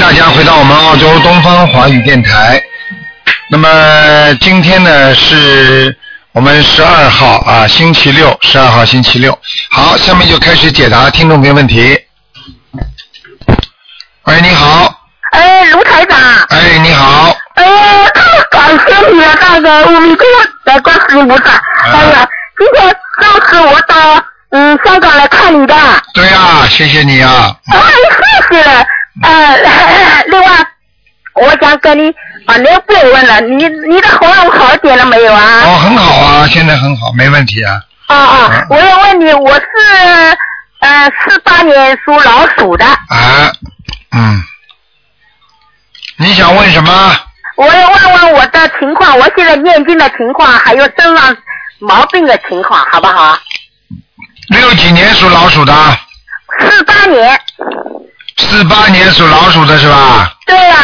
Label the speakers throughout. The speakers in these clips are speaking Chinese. Speaker 1: 大家回到我们澳洲东方华语电台。那么今天呢是我们十二号啊，星期六，十二号星期六。好，下面就开始解答听众朋友问题。喂，你好，
Speaker 2: 哎，卢台长，
Speaker 1: 哎，你好，
Speaker 2: 哎呀，太感谢你了，大哥，我们这个来观世音菩萨。哎呀，今天上次我到嗯香港来看你的，哎，
Speaker 1: 对啊，谢谢你啊，
Speaker 2: 谢谢了。呃，另外，我想跟你啊，那不用问了，你你的喉咙好点了没有啊？
Speaker 1: 哦，很好啊，现在很好，没问题啊。
Speaker 2: 啊啊，我要问你，我是呃四八年属老鼠的，
Speaker 1: 啊，嗯，你想问什么？
Speaker 2: 我要问问我的情况，我现在念经的情况，还有身上毛病的情况，好不好？
Speaker 1: 六几年属老鼠的，
Speaker 2: 四八年，
Speaker 1: 四八年属老鼠的是吧？
Speaker 2: 对呀、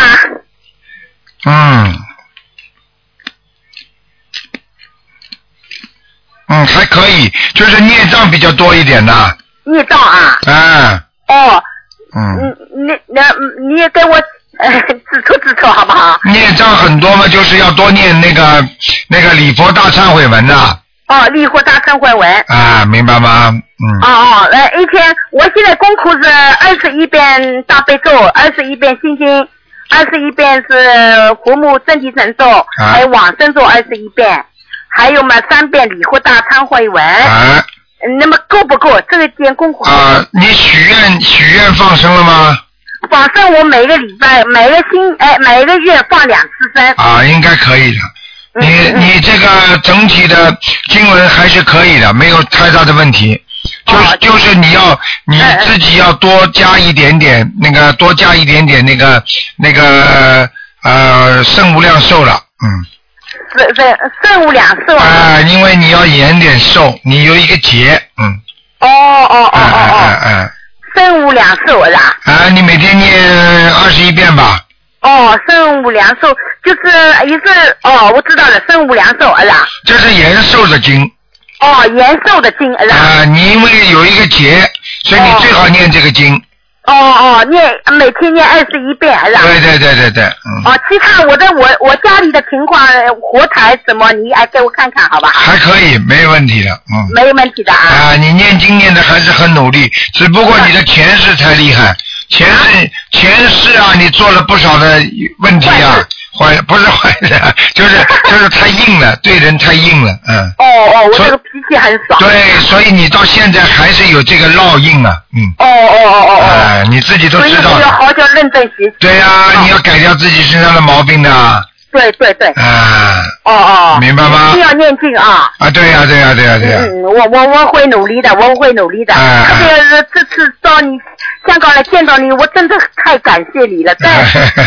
Speaker 1: 嗯，嗯，还可以，就是孽障比较多一点的，
Speaker 2: 你到啊，
Speaker 1: 哎，
Speaker 2: 哦，
Speaker 1: 嗯，
Speaker 2: 你你那你也给我、呃、指出指出好不好？
Speaker 1: 孽障很多嘛，就是要多念那个那个礼佛大忏悔文呐、
Speaker 2: 哦，立或大忏悔文。
Speaker 1: 啊，明白吗？嗯，
Speaker 2: 哦哦，呃，一天，我现在功课是二十一遍大悲咒，二十一遍心经，二十一遍是胡木真提神咒，还有往生咒二十一遍，还有嘛三遍礼佛大忏悔文。
Speaker 1: 啊
Speaker 2: 嗯那么够不够？这个点功课。
Speaker 1: 啊，你许愿许愿放生了吗？
Speaker 2: 反正我每个礼拜、每个星、哎、每个月放两次生。
Speaker 1: 啊，应该可以的。 你
Speaker 2: 嗯
Speaker 1: 你这个整体的经文还是可以的，没有太大的问题。就是
Speaker 2: 哦
Speaker 1: 就是你要你
Speaker 2: 嗯嗯
Speaker 1: 自己要多加一点点那个，多加一点点那个那个呃圣无量寿了，嗯，
Speaker 2: 是是圣母两次
Speaker 1: 啊、
Speaker 2: 哦。
Speaker 1: 因为你要延点寿，你有一个劫，嗯，
Speaker 2: 哦哦哦
Speaker 1: 哎哎哎
Speaker 2: 哦哦，
Speaker 1: 哎，
Speaker 2: 圣母两次我是吧？
Speaker 1: 啊，你每天念二十一遍吧，
Speaker 2: 哦，圣母两寿就是一次哦，我知道了，圣母两寿是吧？
Speaker 1: 这是延寿的经
Speaker 2: 哦，延寿的经是
Speaker 1: 啊、
Speaker 2: 吧？
Speaker 1: 你因为有一个劫，所以你
Speaker 2: 哦
Speaker 1: 最好念这个经，
Speaker 2: 哦哦，念每天念二十一遍是吧？
Speaker 1: 对对对对对，嗯。
Speaker 2: 哦，其他我的我我家里的情况，活台怎么你哎给我看看好吧？
Speaker 1: 还可以，没问题的，嗯。
Speaker 2: 没有问题的啊。
Speaker 1: 啊，你念经念的还是很努力，只不过你的前世太厉害，前世前世啊，你做了不少的问题啊，坏不是坏的， 就是就是太硬了，对人太硬了，嗯，
Speaker 2: 哦哦，我
Speaker 1: 所以
Speaker 2: 这个脾气很爽。
Speaker 1: 对，所以你到现在还是有这个烙印啊，嗯，
Speaker 2: 哦哦哦哦哦。
Speaker 1: 哎、你自己都
Speaker 2: 所以
Speaker 1: 知道
Speaker 2: 我要
Speaker 1: 的，
Speaker 2: 哦好好认真学习。
Speaker 1: 对呀、你要改掉自己身上的毛病的，
Speaker 2: 对对对，
Speaker 1: 啊
Speaker 2: 哦哦，
Speaker 1: 明白吗
Speaker 2: 一定要念经啊。
Speaker 1: 啊，对呀、对呀、对呀、对啊呀、
Speaker 2: 嗯，我我我会努力的，我会努力的。
Speaker 1: 哎
Speaker 2: 特别是这次到你香港来见到你，我真的太感谢你 了，但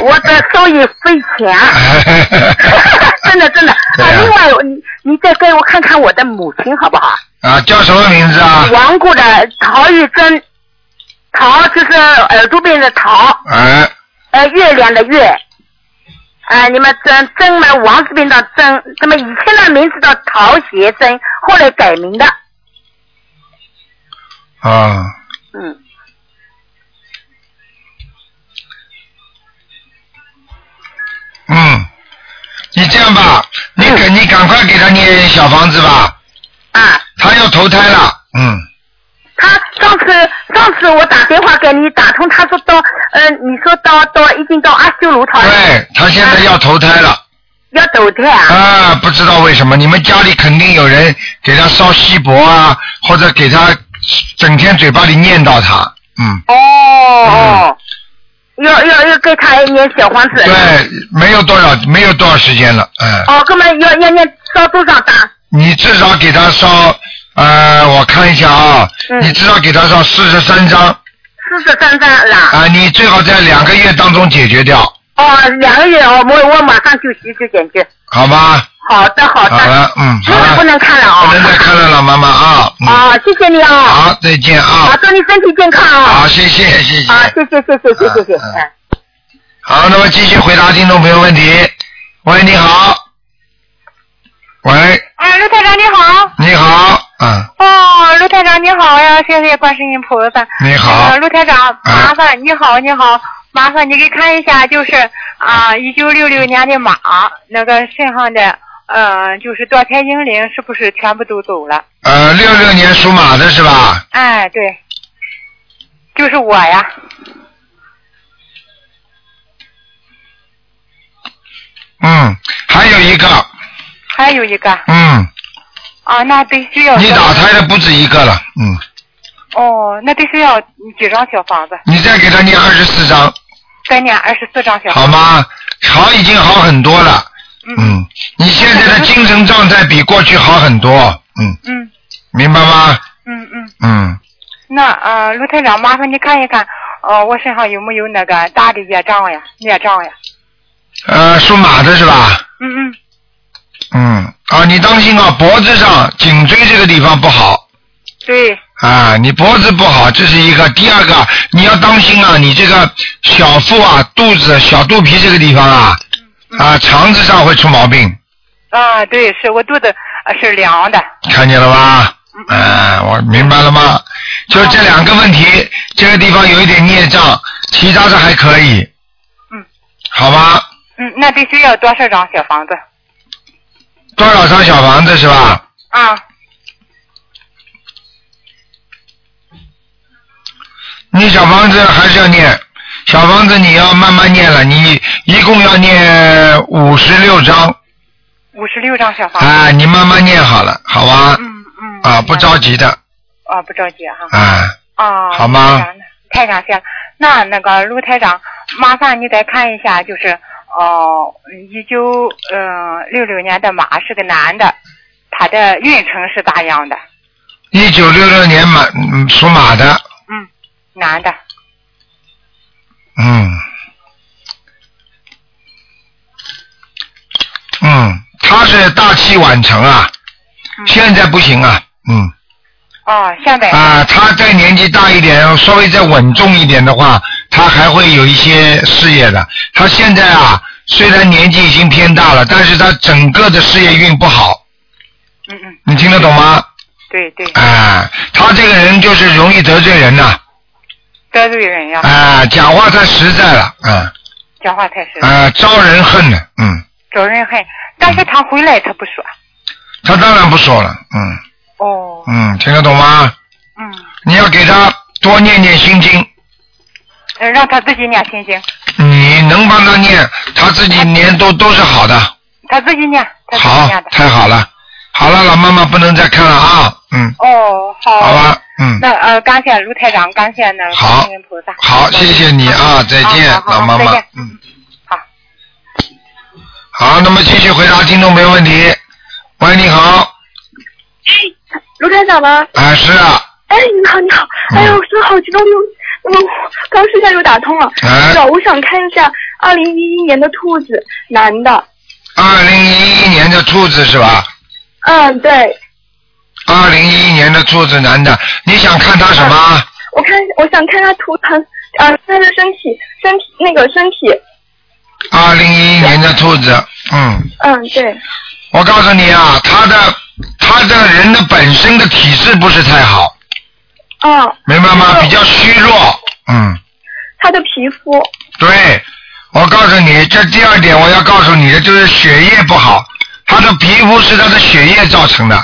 Speaker 2: 我的受益匪浅啊。 真的真的，
Speaker 1: 对啊
Speaker 2: 啊，另外你你再给我看看我的母亲好不好？
Speaker 1: 啊，叫什么名字 啊？
Speaker 2: 亡故的陶玉珍，陶就是耳朵边的陶，
Speaker 1: 哎、
Speaker 2: 呃，月亮的月，啊、你们真真嘛，王字边的真，那么以前的名字叫陶学珍，后来改名的，
Speaker 1: 啊。
Speaker 2: 嗯，
Speaker 1: 嗯，你这样吧，
Speaker 2: 嗯
Speaker 1: 你赶你赶快给他念小房子吧，
Speaker 2: 啊，
Speaker 1: 他要投胎了。嗯，
Speaker 2: 他上次上次我打电话给你打通，他说到，呃，你说到到已经到阿修罗道了，
Speaker 1: 对他现在要投胎了
Speaker 2: 要投胎啊，
Speaker 1: 啊！不知道为什么，你们家里肯定有人给他烧锡箔啊，或者给他整天嘴巴里念叨他。嗯，
Speaker 2: 哦哦，要要要给他念小房子，
Speaker 1: 对，没有多少没有多少时间了，嗯，
Speaker 2: 哦，哥们要要念烧多少张？
Speaker 1: 你至少给他烧，呃，我看一下啊，
Speaker 2: 嗯
Speaker 1: 你至少给他烧四十三张
Speaker 2: 四十三张是吧？
Speaker 1: 啊，你最好在两个月当中解决掉，
Speaker 2: 哦，两个月哦，我我马上就去就解决。
Speaker 1: 好吗？
Speaker 2: 好的好的，
Speaker 1: 好了，嗯，好
Speaker 2: 那
Speaker 1: 了，
Speaker 2: 不能看了啊、
Speaker 1: 不能再看了，老妈妈啊。嗯，
Speaker 2: 啊，谢谢你啊、
Speaker 1: 好，再见
Speaker 2: 啊，
Speaker 1: 啊。
Speaker 2: 祝你身体健康啊、
Speaker 1: 好，谢谢谢谢。
Speaker 2: 啊，谢谢谢谢谢谢谢谢，
Speaker 1: 啊啊
Speaker 2: 嗯
Speaker 1: 好，那么继续回答听众朋友问题。喂，你好。喂，
Speaker 3: 哎，卢台长你好。
Speaker 1: 你好，嗯，
Speaker 3: 哦，
Speaker 2: 陆台长你好呀，谢谢观世音菩萨。
Speaker 1: 你好。哎
Speaker 2: 陆、呃、台长，麻烦、啊、你好，你好，麻烦你给看一下，就是啊，一九六六年的马，那个身上的呃，就是多财英灵是不是全部都走了？
Speaker 1: 呃，六六年属马的是吧？
Speaker 2: 哎，对，就是我呀。
Speaker 1: 嗯，还有一个。
Speaker 2: 还有一个。
Speaker 1: 嗯。
Speaker 2: 啊，那必须要。
Speaker 1: 你打胎的不止一个了，嗯。
Speaker 2: 哦，那必须要几张小房子？
Speaker 1: 你再给他念二十四张。
Speaker 2: 再念二十四张小。
Speaker 1: 好吗？好，已经好很多了。嗯。嗯你现在的精神状态比过去好很多。嗯。
Speaker 2: 嗯。
Speaker 1: 明白
Speaker 2: 吗？嗯嗯。
Speaker 1: 嗯。
Speaker 2: 那呃，卢台长，麻烦你看一看，呃，我身上有没有那个大的业障呀？孽障呀？
Speaker 1: 呃，属马的是
Speaker 2: 吧？嗯嗯。
Speaker 1: 嗯啊，你当心啊，脖子上、颈椎这个地方不好。
Speaker 2: 对。
Speaker 1: 啊，你脖子不好，这是一个；第二个，你要当心啊，你这个小腹啊、肚子、小肚皮这个地方啊，
Speaker 2: 嗯、
Speaker 1: 啊，肠子上会出毛病。
Speaker 2: 啊，对，是我肚子呃是凉的。
Speaker 1: 看见了吧？嗯、啊，我明白了吗？就这两个问题，嗯、这个地方有一点孽障，其他的还可以。
Speaker 2: 嗯。
Speaker 1: 好吧。
Speaker 2: 嗯，那必须要多少张小房子？
Speaker 1: 多少张小房子是吧？
Speaker 2: 啊、
Speaker 1: 嗯。你小房子还是要念，小房子你要慢慢念了，你一共要念五十六张。
Speaker 2: 五十六张小房子。
Speaker 1: 啊，你慢慢念好了，好吧？
Speaker 2: 嗯嗯。
Speaker 1: 啊，不着急的。
Speaker 2: 啊，不着急哈。
Speaker 1: 啊。
Speaker 2: 啊。
Speaker 1: 好吗？
Speaker 2: 太感谢了。那那个卢台长，麻烦你再看一下，就是。哦，一九嗯六六年的马是个男的，他的运程是咋样的？
Speaker 1: 一九六六年马属马的。
Speaker 2: 嗯，男的。
Speaker 1: 嗯。嗯，他是大器晚成啊，
Speaker 2: 嗯、
Speaker 1: 现在不行啊，嗯。
Speaker 2: 哦，现在。
Speaker 1: 啊，他再年纪大一点，稍微再稳重一点的话。他还会有一些事业的。他现在啊，虽然年纪已经偏大了，但是他整个的事业运不好。
Speaker 2: 嗯嗯。
Speaker 1: 你听得懂吗？
Speaker 2: 对对。
Speaker 1: 哎、啊，他这个人就是容易得罪人呐、啊。
Speaker 2: 得罪人呀、
Speaker 1: 啊。啊，讲话太实在了，嗯。
Speaker 2: 讲话太实在。
Speaker 1: 啊，招人恨的，嗯。
Speaker 2: 招人恨，但是他回来他不说。
Speaker 1: 他当然不说了，嗯。
Speaker 2: 哦。
Speaker 1: 嗯，听得懂吗？
Speaker 2: 嗯。
Speaker 1: 你要给他多念念心经。
Speaker 2: 嗯，让他自己念心经。
Speaker 1: 你能帮他念，他自己念都都是好的。
Speaker 2: 他自己念，他自己念
Speaker 1: 的。好，太好了，好了，老妈妈不能再看了啊，嗯。
Speaker 2: 哦，
Speaker 1: 好。好吧，
Speaker 2: 嗯。那呃，感谢卢台长，感谢那
Speaker 1: 好，
Speaker 2: 菩萨。
Speaker 1: 好，谢谢你啊，再见，老妈妈，
Speaker 2: 嗯。好。
Speaker 1: 好，那么继续回答听众没问题。喂，你好。
Speaker 4: 哎，卢台长吗？
Speaker 1: 啊，是啊。
Speaker 4: 哎，你好，你好，
Speaker 1: 嗯
Speaker 4: 哎呦，真好激动，我刚睡下就打通了。
Speaker 1: 哎、
Speaker 4: 啊，我想看一下二零一一年的兔子，男的。
Speaker 1: 二零一一年的兔子是吧？
Speaker 4: 嗯，对。
Speaker 1: 二零一一年的兔子男的，你想看他什么？
Speaker 4: 啊、我看，我想看他图腾，啊，他的身体，身体那个身体。
Speaker 1: 二零一一年的兔子，嗯。
Speaker 4: 嗯，对。
Speaker 1: 我告诉你啊，他的他的人的本身的体质不是太好。
Speaker 4: 哦，
Speaker 1: 明白吗？比较虚弱，嗯。
Speaker 4: 他的皮肤。
Speaker 1: 对，我告诉你，这第二点我要告诉你的就是血液不好，他的皮肤是他的血液造成的。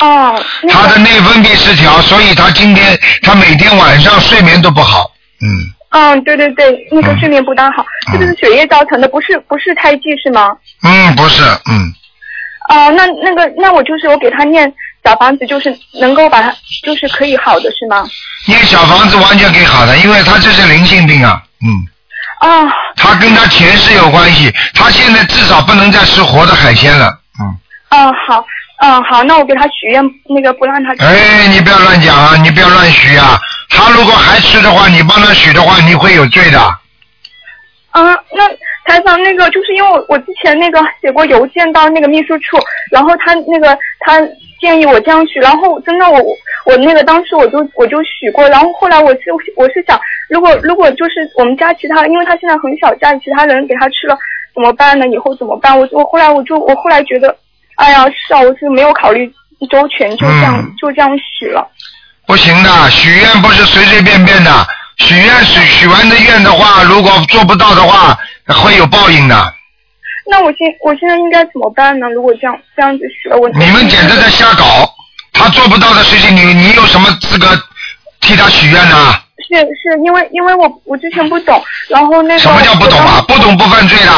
Speaker 4: 哦。那个、
Speaker 1: 他的内分泌失调，所以他今天他每天晚上睡眠都不好，嗯。
Speaker 4: 嗯，对对对，那个睡眠不当好，这个、嗯、是血液造成的，不是不是胎记是吗？
Speaker 1: 嗯，不是，嗯。
Speaker 4: 哦、呃，那那个，那我就是我给他念小房子，就是能够把它，就是可以好的是吗？
Speaker 1: 念小房子完全可以好的，因为他这是灵性病啊，嗯。
Speaker 4: 啊、哦。
Speaker 1: 他跟他前世有关系，他现在至少不能再吃活的海鲜了，嗯。
Speaker 4: 嗯，好，嗯好，那我给他许愿，那个不让他。
Speaker 1: 哎，你不要乱讲啊，你不要乱许啊，他如果还吃的话，你帮他许的话，你会有罪的。
Speaker 4: 啊，那台长，那个就是因为我我之前那个写过邮件到那个秘书处，然后他那个他建议我这样许，然后真的我我那个当时我就我就许过，然后后来我是我是想，如果如果就是我们家其他，因为他现在很小，家里其他人给他吃了怎么办呢？以后怎么办？我我后来我就我后来觉得，哎呀，是啊，我是没有考虑周全，就这样、
Speaker 1: 嗯
Speaker 4: 就这样许了。
Speaker 1: 不行的，许愿不是随随便便的，许愿许许完的愿的话，如果做不到的话，会有报应的。
Speaker 4: 那我现我现在应该怎么办呢？如果这样这样子许了，我
Speaker 1: 你们简直在瞎搞，他做不到的事情，你你有什么资格替他许愿呢、
Speaker 4: 是是因为因为我我之前不懂，然后那 个
Speaker 1: 什么叫不懂啊
Speaker 4: 我？
Speaker 1: 不懂不犯罪的，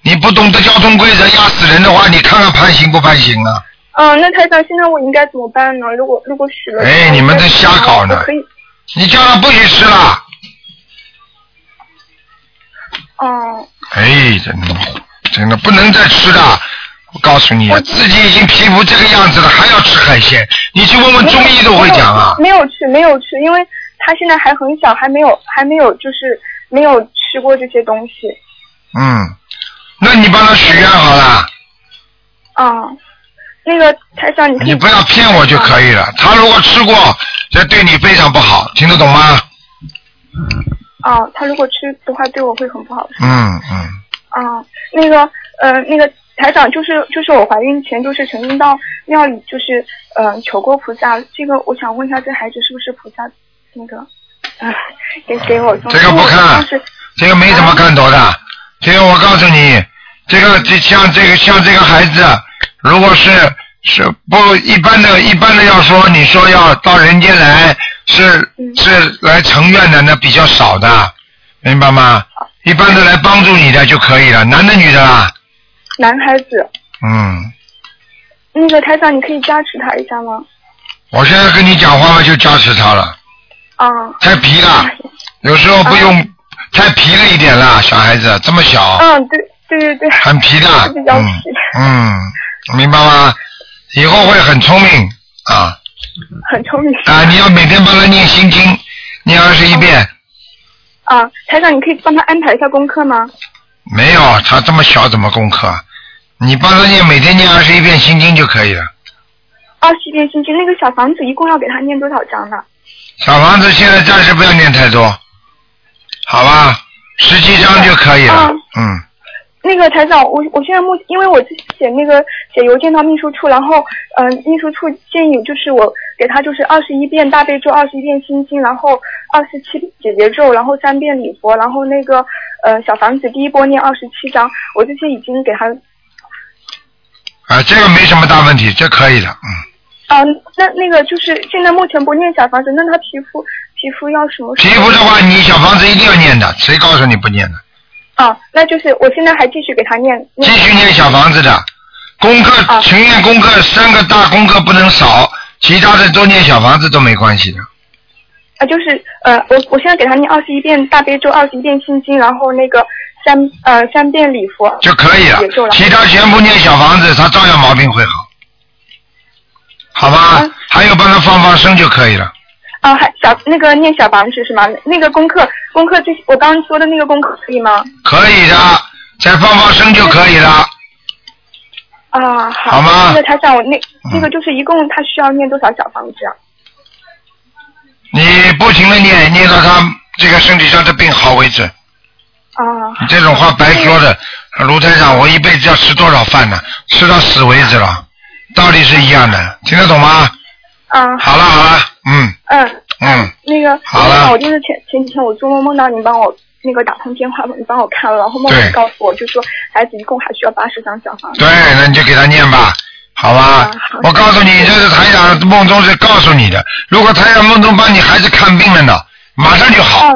Speaker 1: 你不懂得交通规则压死人的话，你看看判刑不判刑啊？
Speaker 4: 嗯，那台长，现在我应该怎么办呢？如果如果许了，
Speaker 1: 哎你们在瞎搞呢
Speaker 4: 我可以，
Speaker 1: 你叫他不许吃了，
Speaker 4: 嗯，
Speaker 1: 哎，真的真的不能再吃了。我告诉你啊，自己已经皮肤这个样子了，还要吃海鲜？你去问问中医都会讲啊。
Speaker 4: 没有没有吃，没有吃，因为他现在还很小，还没有还没有就是没有吃过这些东西。
Speaker 1: 嗯，那你帮他许愿好了，
Speaker 4: 嗯，那个台长，你可以
Speaker 1: 你不要骗我就可以了。他如果吃过，这对你非常不好，听得懂吗？
Speaker 4: 啊、他如果吃的话，对我会很不好。
Speaker 1: 嗯嗯，
Speaker 4: 啊、那个呃，那个台长，就是就是我怀孕前就是曾经到庙里就是嗯、呃求过菩萨，这个我想问一下，这孩子是不是菩萨那个？啊，给给我送
Speaker 1: 这个不看
Speaker 4: 因为我当时
Speaker 1: 这个没什么看头的。这个我告诉你，这个这像这个像这个孩子，如果是是不一般的，一般的要说你说要到人间来是
Speaker 4: 嗯
Speaker 1: 是来成愿的，那比较少的，明白吗？一般的来帮助你的就可以了，男的女的啦，
Speaker 4: 男孩子，
Speaker 1: 嗯。
Speaker 4: 那个台长，你可以加持他一下吗？
Speaker 1: 我现在跟你讲话嘛，就加持他了，
Speaker 4: 啊、嗯
Speaker 1: 太皮了，有时候不用、太皮了一点啦，小孩子这么小，
Speaker 4: 嗯，对对对对，
Speaker 1: 很皮的
Speaker 4: 是比，较
Speaker 1: 嗯
Speaker 4: 皮，
Speaker 1: 嗯，明白吗？以后会很聪明啊
Speaker 4: 很聪明。
Speaker 1: 啊！你要每天帮他念心经，念二十一遍，
Speaker 4: 啊、台长，你可以帮他安排一下功课吗？
Speaker 1: 没有他这么小怎么功课？你帮他念，每天念二十一遍心经就可以了。
Speaker 4: 二十遍心经，那个小房子一共要给他念多少章呢？
Speaker 1: 小房子现在暂时不要念太多，好吧？十七章就可以了
Speaker 4: 嗯，
Speaker 1: 嗯。
Speaker 4: 那个台长，我我现在目，因为我写那个写邮件到秘书处，然后嗯、呃秘书处建议就是我给他就是二十一遍大悲咒，二十一遍心经，然后二十七解结咒，然后三遍礼佛，然后那个呃小房子第一波念二十七章，我这些已经给他，
Speaker 1: 啊，这个没什么大问题，这可以的，嗯。
Speaker 4: 嗯、那那个就是现在目前不念小房子，那他皮肤皮肤要什么时
Speaker 1: 皮
Speaker 4: 候？
Speaker 1: 肤的话，你小房子一定要念的，谁告诉你不念的？
Speaker 4: 啊，那就是我现在还继续给他念
Speaker 1: 继
Speaker 4: 念
Speaker 1: 续念小房子的，功课
Speaker 4: 啊
Speaker 1: 情愿功课三个大功课不能少，其他的都念小房子都没关系的。
Speaker 4: 啊，就是呃，我我现在给他念二十一遍大悲咒，二十一遍心经，然后那个三呃三遍礼佛
Speaker 1: 就可以了
Speaker 4: 也就，了
Speaker 1: 其他全部念小房子，他照样毛病会好，好吧
Speaker 4: 嗯？
Speaker 1: 还有帮他放放生就可以了。
Speaker 4: 啊，还小那个念小房子是吗？那个功课功课这我刚刚说的那个功课可以吗？
Speaker 1: 可以的，再放放生就可以了。
Speaker 4: 啊，
Speaker 1: 好吗
Speaker 4: 那个台长，我那
Speaker 1: 嗯
Speaker 4: 那个就是一共他需要念多少小房子啊？
Speaker 1: 你不停的念，念到他这个身体上的病好为止。
Speaker 4: 啊，
Speaker 1: 你这种话白说的，卢台长，我一辈子要吃多少饭呢？吃到死为止了，道理是一样的，听得懂吗？
Speaker 4: 啊，
Speaker 1: 好了好了，嗯
Speaker 4: 嗯，
Speaker 1: 嗯，
Speaker 4: 那个
Speaker 1: 好了
Speaker 4: 台长我就是前前几天我做梦梦到你帮我。那个打通电话，你帮我看了，然后梦
Speaker 1: 对
Speaker 4: 里告诉我就说，孩子一共还需要八十张小房子。
Speaker 1: 对，那你就给他念吧，好吧
Speaker 4: 嗯好？
Speaker 1: 我告诉你，这是台长梦中是告诉你的，如果台长梦中帮你孩子看病了呢，马上就好
Speaker 4: 啊，，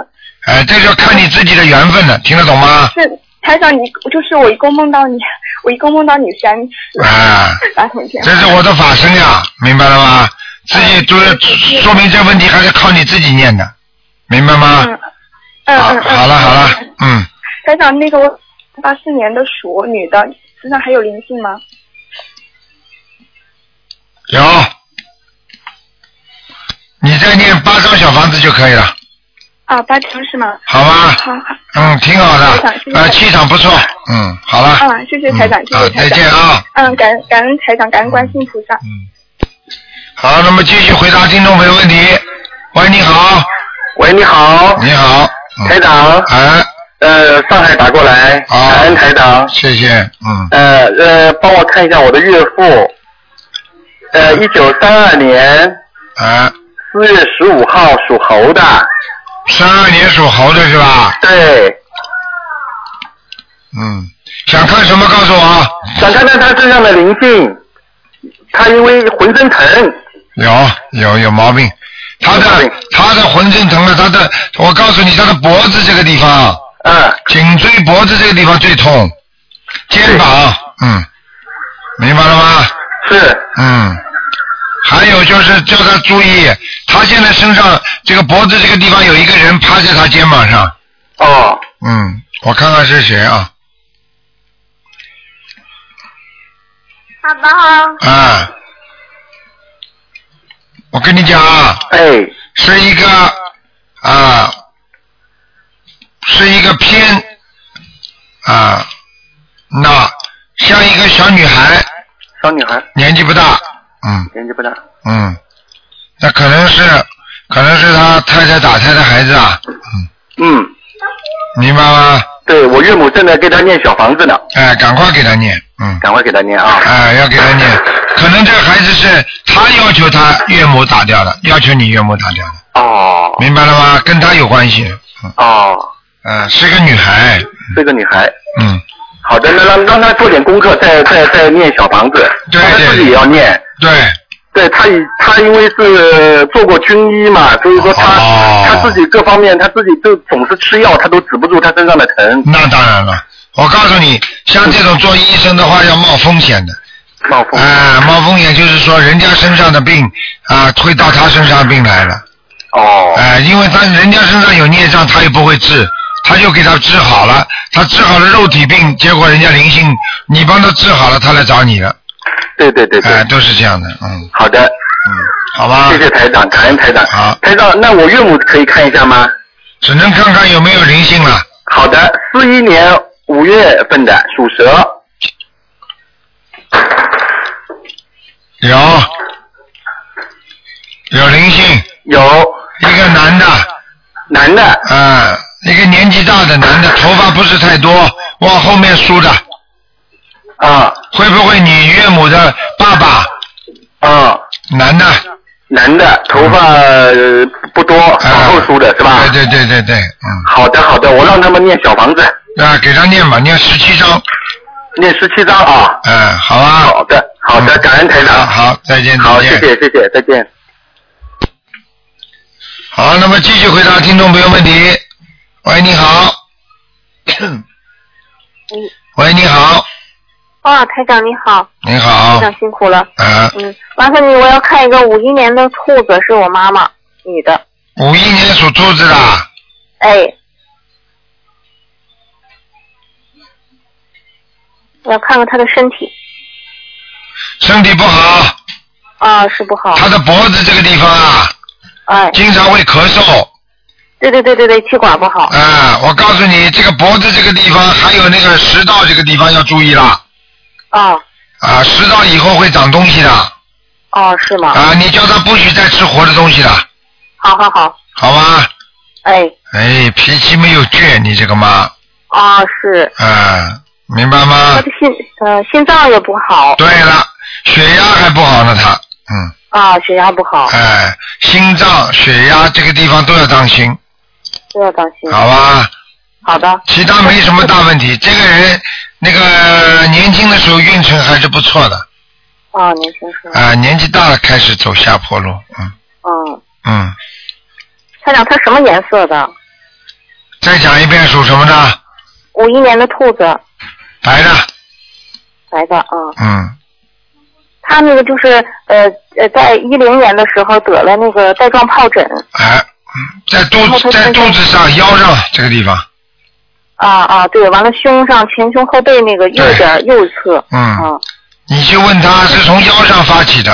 Speaker 1: 哎，这就看你自己的缘分了，听得懂吗？
Speaker 4: 是台长你，就是我一共梦到你，我一共梦到你三次，
Speaker 1: 啊，
Speaker 4: 打通电话
Speaker 1: 这是我的法身呀，明白了吗？自己
Speaker 4: 嗯
Speaker 1: 就是说明这问题还是靠你自己念的，明白吗？
Speaker 4: 嗯
Speaker 1: 啊
Speaker 4: 嗯
Speaker 1: 好
Speaker 4: 嗯，嗯
Speaker 1: 好了好了，嗯，
Speaker 4: 台长，那个我八四年的鼠女的身上还有灵性吗？
Speaker 1: 有，你再念八张小房子就可以了，
Speaker 4: 啊，八条是吗？
Speaker 1: 好吧？
Speaker 4: 好好，
Speaker 1: 嗯，挺好
Speaker 4: 非常
Speaker 1: 的
Speaker 4: 谢，谢
Speaker 1: 呃，气场不错，嗯，好了，
Speaker 4: 嗯，谢谢台长，谢
Speaker 1: 嗯
Speaker 4: 谢
Speaker 1: 啊，
Speaker 4: 台
Speaker 1: 再
Speaker 4: 长
Speaker 1: 见，啊，
Speaker 4: 嗯，感恩感恩台长，感恩观世音菩萨。
Speaker 1: 嗯，好，那么继续回答听众朋友问题。喂，你好，
Speaker 5: 喂，你好，
Speaker 1: 你好，
Speaker 5: 台
Speaker 1: 嗯，
Speaker 5: 长，
Speaker 1: 哎，
Speaker 5: 呃，上海打过来，
Speaker 1: 啊
Speaker 5: 感恩台长，
Speaker 1: 谢谢，嗯，
Speaker 5: 呃呃，帮我看一下我的岳父，呃，一九三二年
Speaker 1: 啊，
Speaker 5: 四月十五号属猴的，
Speaker 1: 三二年属猴的是吧？
Speaker 5: 对，
Speaker 1: 嗯，想看什么告诉我啊？
Speaker 5: 想看看他身上的灵性，他因为浑身疼，
Speaker 1: 有有有毛病，他
Speaker 5: 有毛病
Speaker 1: 的他的浑身疼了，他的我告诉你，他的脖子这个地方，
Speaker 5: 啊，
Speaker 1: 颈椎脖子这个地方最痛，肩膀，嗯，明白了吗？
Speaker 5: 是，
Speaker 1: 嗯，还有就是叫他注意，他现在身上这个脖子这个地方有一个人趴在他肩膀上，
Speaker 5: 哦，
Speaker 1: 嗯，我看看是谁啊？
Speaker 6: 爸爸好，
Speaker 1: 啊，我跟你讲啊，
Speaker 5: 哎，
Speaker 1: 是一个啊，是一个偏啊，那像一个小女孩，
Speaker 5: 小女孩
Speaker 1: 年纪不大，嗯
Speaker 5: 年纪不大，
Speaker 1: 嗯，那可能是可能是他太太打胎的孩子啊，
Speaker 5: 嗯，
Speaker 1: 明白吗？
Speaker 5: 对我岳母正在给他念小房子呢，
Speaker 1: 哎，赶快给他念，嗯，
Speaker 5: 赶快给他念啊，
Speaker 1: 哎，要给他念，可能这个孩子是他要求他岳母打掉的，要求你岳母打掉的，
Speaker 5: 哦，
Speaker 1: 明白了吗？跟他有关系，嗯，
Speaker 5: 哦，
Speaker 1: 呃，是个女孩，
Speaker 5: 这个女孩，
Speaker 1: 嗯，
Speaker 5: 好的，那让让她做点功课，再再再念小房子，
Speaker 1: 对
Speaker 5: 她
Speaker 1: 对
Speaker 5: 自己也要念。
Speaker 1: 对。
Speaker 5: 对他以他因为是做过军医嘛，所以说他、
Speaker 1: 哦
Speaker 5: 他自己各方面他自己都总是吃药，他都止不住他身上的疼，
Speaker 1: 那当然了，我告诉你，像这种做医生的话要冒风险的，
Speaker 5: 冒风。
Speaker 1: 哎、冒风险就是说人家身上的病啊、会到他身上病来了，
Speaker 5: 哦、
Speaker 1: 哎、因为他人家身上有孽障，他又不会治，他就给他治好了，他治好了肉体病，结果人家灵性你帮他治好了，他来找你了，
Speaker 5: 对对对对，
Speaker 1: 哎、都是这样的，嗯
Speaker 5: 好的，
Speaker 1: 嗯，好吧
Speaker 5: 谢，谢台长，感恩台长。
Speaker 1: 好
Speaker 5: 台长，那我岳母可以看一下吗？
Speaker 1: 只能看看有没有灵性了，
Speaker 5: 好的，四一年五月份的属蛇，
Speaker 1: 有，有灵性，
Speaker 5: 有
Speaker 1: 一个男的。
Speaker 5: 男的，
Speaker 1: 啊，一个年纪大的男的，头发不是太多，往后面梳的，
Speaker 5: 啊
Speaker 1: 会不会你岳母的爸爸，
Speaker 5: 啊，
Speaker 1: 男的？
Speaker 5: 男的，头发呃不多，往后梳的是吧？
Speaker 1: 啊对对啊对对对，嗯，
Speaker 5: 好的好的，我让他们念小房子，
Speaker 1: 那给他念吧，念十七章，
Speaker 5: 念十七章啊。
Speaker 1: 嗯，好啊，
Speaker 5: 好的，好的，
Speaker 1: 嗯
Speaker 5: 感恩台
Speaker 1: 好
Speaker 5: 长。
Speaker 1: 好，再见，
Speaker 5: 好，
Speaker 1: 再
Speaker 5: 谢
Speaker 1: 见。
Speaker 5: 谢，谢谢，再见。
Speaker 1: 好，那么继续回答听众朋友问题。喂，你好。喂，你好，
Speaker 2: 啊，台长你好，
Speaker 1: 你好
Speaker 2: 台，长辛苦了。
Speaker 1: 啊，
Speaker 2: 嗯，麻烦你，我要看一个五一年的兔子，是我妈妈，女的。
Speaker 1: 五一年属兔子的，
Speaker 2: 哎，我要看看她的身体
Speaker 1: 身体不好，
Speaker 2: 啊，是不好。
Speaker 1: 他的脖子这个地方啊，
Speaker 2: 哎，
Speaker 1: 经常会咳嗽。
Speaker 2: 对对对对对，气管不好。
Speaker 1: 啊，我告诉你，这个脖子这个地方，还有那个食道这个地方要注意啦。
Speaker 2: 哦
Speaker 1: 啊，食道以后会长东西的。
Speaker 2: 哦，是吗？
Speaker 1: 啊，你叫他不许再吃活的东西了，
Speaker 2: 好好好，
Speaker 1: 好吗？
Speaker 2: 哎，
Speaker 1: 哎，脾气没有倔，你这个妈，
Speaker 2: 啊是，
Speaker 1: 啊，明白
Speaker 2: 她
Speaker 1: 吗？
Speaker 2: 的心呃心脏也不好
Speaker 1: 对了，血压还不好呢，他，嗯，
Speaker 2: 啊，血压不好，
Speaker 1: 哎，心脏、血压这个地方都要当心，
Speaker 2: 都要当心。
Speaker 1: 好吧？
Speaker 2: 好的，
Speaker 1: 其他没什么大问题。这个人，那个年轻的时候运程还是不错的，
Speaker 2: 啊，您先说。
Speaker 1: 啊，年纪大了开始走下坡路，嗯。
Speaker 2: 嗯，
Speaker 1: 嗯，
Speaker 2: 台长，她什么颜色的？
Speaker 1: 再讲一遍属什么的？
Speaker 2: 五一年的兔子，
Speaker 1: 白的，
Speaker 2: 白的啊。
Speaker 1: 嗯，
Speaker 2: 他那个就是呃呃，在一零年的时候得了那个带状疱疹
Speaker 1: 哎，嗯在肚
Speaker 2: 然
Speaker 1: 子
Speaker 2: 后他
Speaker 1: 在
Speaker 2: 身
Speaker 1: 肚
Speaker 2: 上
Speaker 1: 子上、腰上这个地方，
Speaker 2: 啊啊，对，完了胸上前胸后背那个右
Speaker 1: 对
Speaker 2: 边儿右侧，
Speaker 1: 嗯，
Speaker 2: 啊
Speaker 1: 你去问他是从腰上发起的，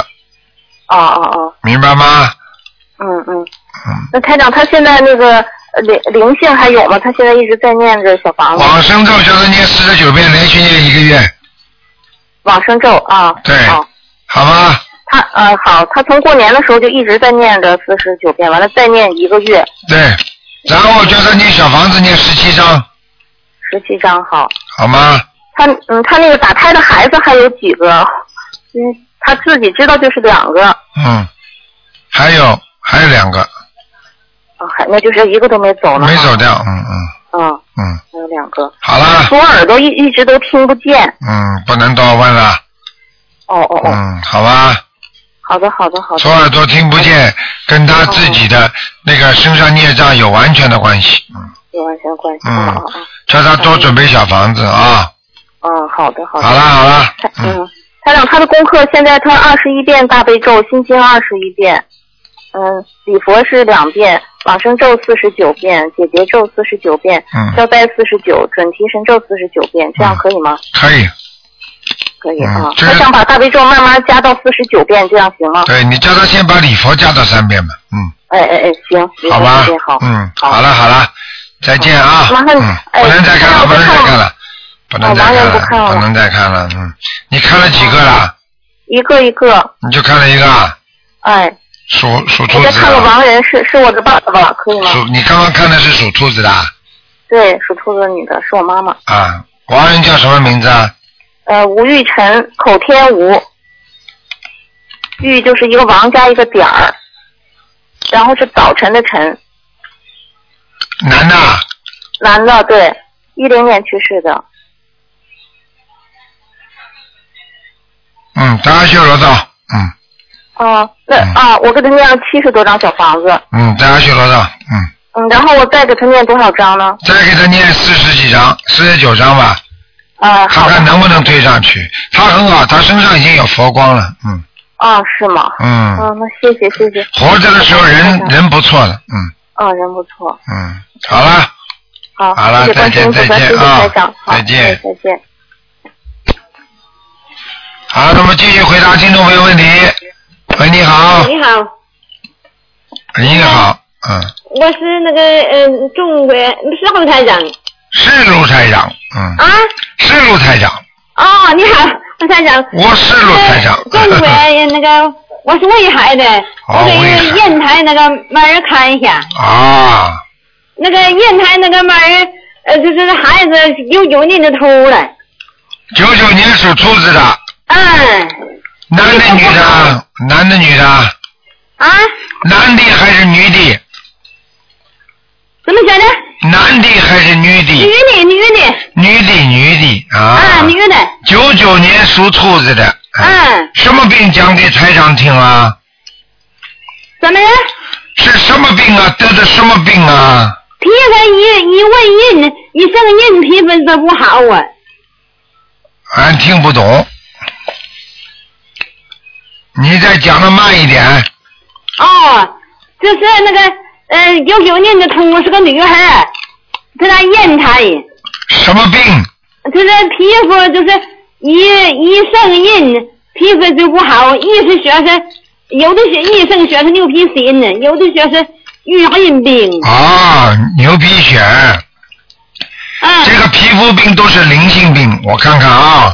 Speaker 2: 啊啊啊，
Speaker 1: 明白吗？
Speaker 2: 嗯嗯，
Speaker 1: 嗯，
Speaker 2: 那台长他现在那个呃灵灵性还有吗？他现在一直在念着小房子
Speaker 1: 往生咒叫他念四十九遍，连续念一个月，
Speaker 2: 往生咒啊，
Speaker 1: 对
Speaker 2: 好，
Speaker 1: 好吗？
Speaker 2: 他呃好，他从过年的时候就一直在念着四十九遍，完了再念一个月
Speaker 1: 对，然后叫他念小房子念十七章，
Speaker 2: 十七张好，
Speaker 1: 好吗？
Speaker 2: 他嗯他那个打胎的孩子还有几个？嗯，他自己知道就是两个，
Speaker 1: 嗯，还有还有两个
Speaker 2: 啊，还那就是一个都没走呢。
Speaker 1: 没走掉，嗯嗯
Speaker 2: 啊，
Speaker 1: 嗯，
Speaker 2: 还有两个，
Speaker 1: 好啦，
Speaker 2: 左耳朵一一直都听不见。
Speaker 1: 嗯，不能多问了，
Speaker 2: 哦哦哦，
Speaker 1: 嗯，好吧，
Speaker 2: 好的好的好的
Speaker 1: 左，耳朵听不见，跟他自己的那个身上孽障有完全的关系，嗯，
Speaker 2: 有完全关系。
Speaker 1: 嗯
Speaker 2: 哦哦
Speaker 1: 叫他多准备小房子啊，
Speaker 2: 哦，嗯，好的好的。
Speaker 1: 好啦好啦，
Speaker 2: 他
Speaker 1: 嗯，
Speaker 2: 嗯，台长，他的功课现在他二十一遍大悲咒，心经二十一遍，嗯，礼佛是两遍，往生咒四十九遍，解结咒四十九遍，
Speaker 1: 嗯
Speaker 2: 消灾四十九，准提神咒四十九遍，这样
Speaker 1: 嗯
Speaker 2: 可以吗？
Speaker 1: 可以，
Speaker 2: 可以
Speaker 1: 嗯
Speaker 2: 啊。
Speaker 1: 这嗯
Speaker 2: 他想把大悲咒慢慢加到四十九遍，这样行吗？
Speaker 1: 对你叫他先把礼佛加到三遍吧，嗯，
Speaker 2: 哎哎哎，行，礼佛
Speaker 1: 好吧
Speaker 2: 这边好，，
Speaker 1: 嗯，
Speaker 2: 好
Speaker 1: 好了好了，再见啊，
Speaker 2: 麻烦你
Speaker 1: 嗯，
Speaker 2: 哎
Speaker 1: 不能再看了，不
Speaker 2: 麻
Speaker 1: 能
Speaker 2: 烦
Speaker 1: 再看
Speaker 2: 我
Speaker 1: 了，不能再
Speaker 2: 哦
Speaker 1: 看
Speaker 2: 麻烦不看
Speaker 1: 了，
Speaker 2: 了
Speaker 1: 不能再看了，嗯，你看了几个了？
Speaker 2: 一个一个，
Speaker 1: 你就看了一个啊，
Speaker 2: 哎，
Speaker 1: 属属兔
Speaker 2: 我再
Speaker 1: 子
Speaker 2: 看个
Speaker 1: 的，
Speaker 2: 亡人是是我的爸爸，可以吗？
Speaker 1: 属你刚刚看的是属兔子的啊
Speaker 2: 对，属兔子的女的是我妈妈，
Speaker 1: 啊，王人叫什么名字啊？
Speaker 2: 呃，吴玉辰，口天吴，玉就是一个王加一个点儿，然后是早晨的晨，
Speaker 1: 男的啊，
Speaker 2: 男的，对，一零年去世的，
Speaker 1: 嗯，在阿修罗道，嗯
Speaker 2: 啊，那
Speaker 1: 嗯
Speaker 2: 啊，我给他念了七十多张小房子，
Speaker 1: 嗯，在阿修罗道，嗯，
Speaker 2: 嗯，然后我再给他念多少张呢？
Speaker 1: 再给他念四十几章，四十九章吧，
Speaker 2: 啊，
Speaker 1: 看
Speaker 2: 好的
Speaker 1: 看能不能推上去。他很好，他身上已经有佛光了，嗯
Speaker 2: 啊，是吗？
Speaker 1: 嗯，
Speaker 2: 啊，那谢谢谢谢，
Speaker 1: 活着的时候人
Speaker 2: 好的
Speaker 1: 人不错的，嗯
Speaker 2: 啊，人不错，
Speaker 1: 嗯，好了，
Speaker 2: 好，
Speaker 1: 好了
Speaker 2: 谢谢
Speaker 1: 再
Speaker 2: 关
Speaker 1: 见
Speaker 2: 心，谢谢
Speaker 1: 再见啊
Speaker 2: 台长，好
Speaker 1: 再见
Speaker 2: 哎再见。
Speaker 1: 好，那么继续回答听众朋友问题。喂，你好，
Speaker 7: 你好，
Speaker 1: 你好，嗯，
Speaker 7: 我是那个嗯、呃中国是后台长
Speaker 1: 是卢台长，嗯，
Speaker 7: 啊。
Speaker 1: 是卢台长，
Speaker 7: 哦，你好，后台长。
Speaker 1: 我是卢哎台长
Speaker 7: 呃。中国那个我是威海的，
Speaker 1: 哦
Speaker 7: 我给
Speaker 1: 威海
Speaker 7: 烟台那个猫儿看一下，
Speaker 1: 啊，
Speaker 7: 那个烟台那个猫儿呃就是孩子有九年的头了，
Speaker 1: 九九年属兔子的，
Speaker 7: 嗯
Speaker 1: 男的女
Speaker 7: 哎
Speaker 1: 的，男的女的，
Speaker 7: 啊，
Speaker 1: 男的还是女的？
Speaker 7: 怎么写的？
Speaker 1: 男的还是女
Speaker 7: 女
Speaker 1: 的？
Speaker 7: 的女的
Speaker 1: 女的女的啊
Speaker 7: 啊，女的，
Speaker 1: 九九年属兔子的，哎
Speaker 7: 嗯，
Speaker 1: 什么病讲给台长听啊？
Speaker 7: 怎么了？
Speaker 1: 是什么病啊？得的什么病啊？
Speaker 7: 皮肤一一问人，一生人皮肤都不好啊。
Speaker 1: 俺听不懂，你再讲的慢一点。
Speaker 7: 哦，就是那个呃，九九年的同我是个女孩，她在烟台，
Speaker 1: 什么病？
Speaker 7: 她的皮肤就是一一上瘾，皮肤就不好，一是学生，有的学医生学是牛皮癣呢，有的学是玉润病，
Speaker 1: 啊，牛皮癣。
Speaker 7: 啊，
Speaker 1: 这个皮肤病都是灵性病，我看看啊，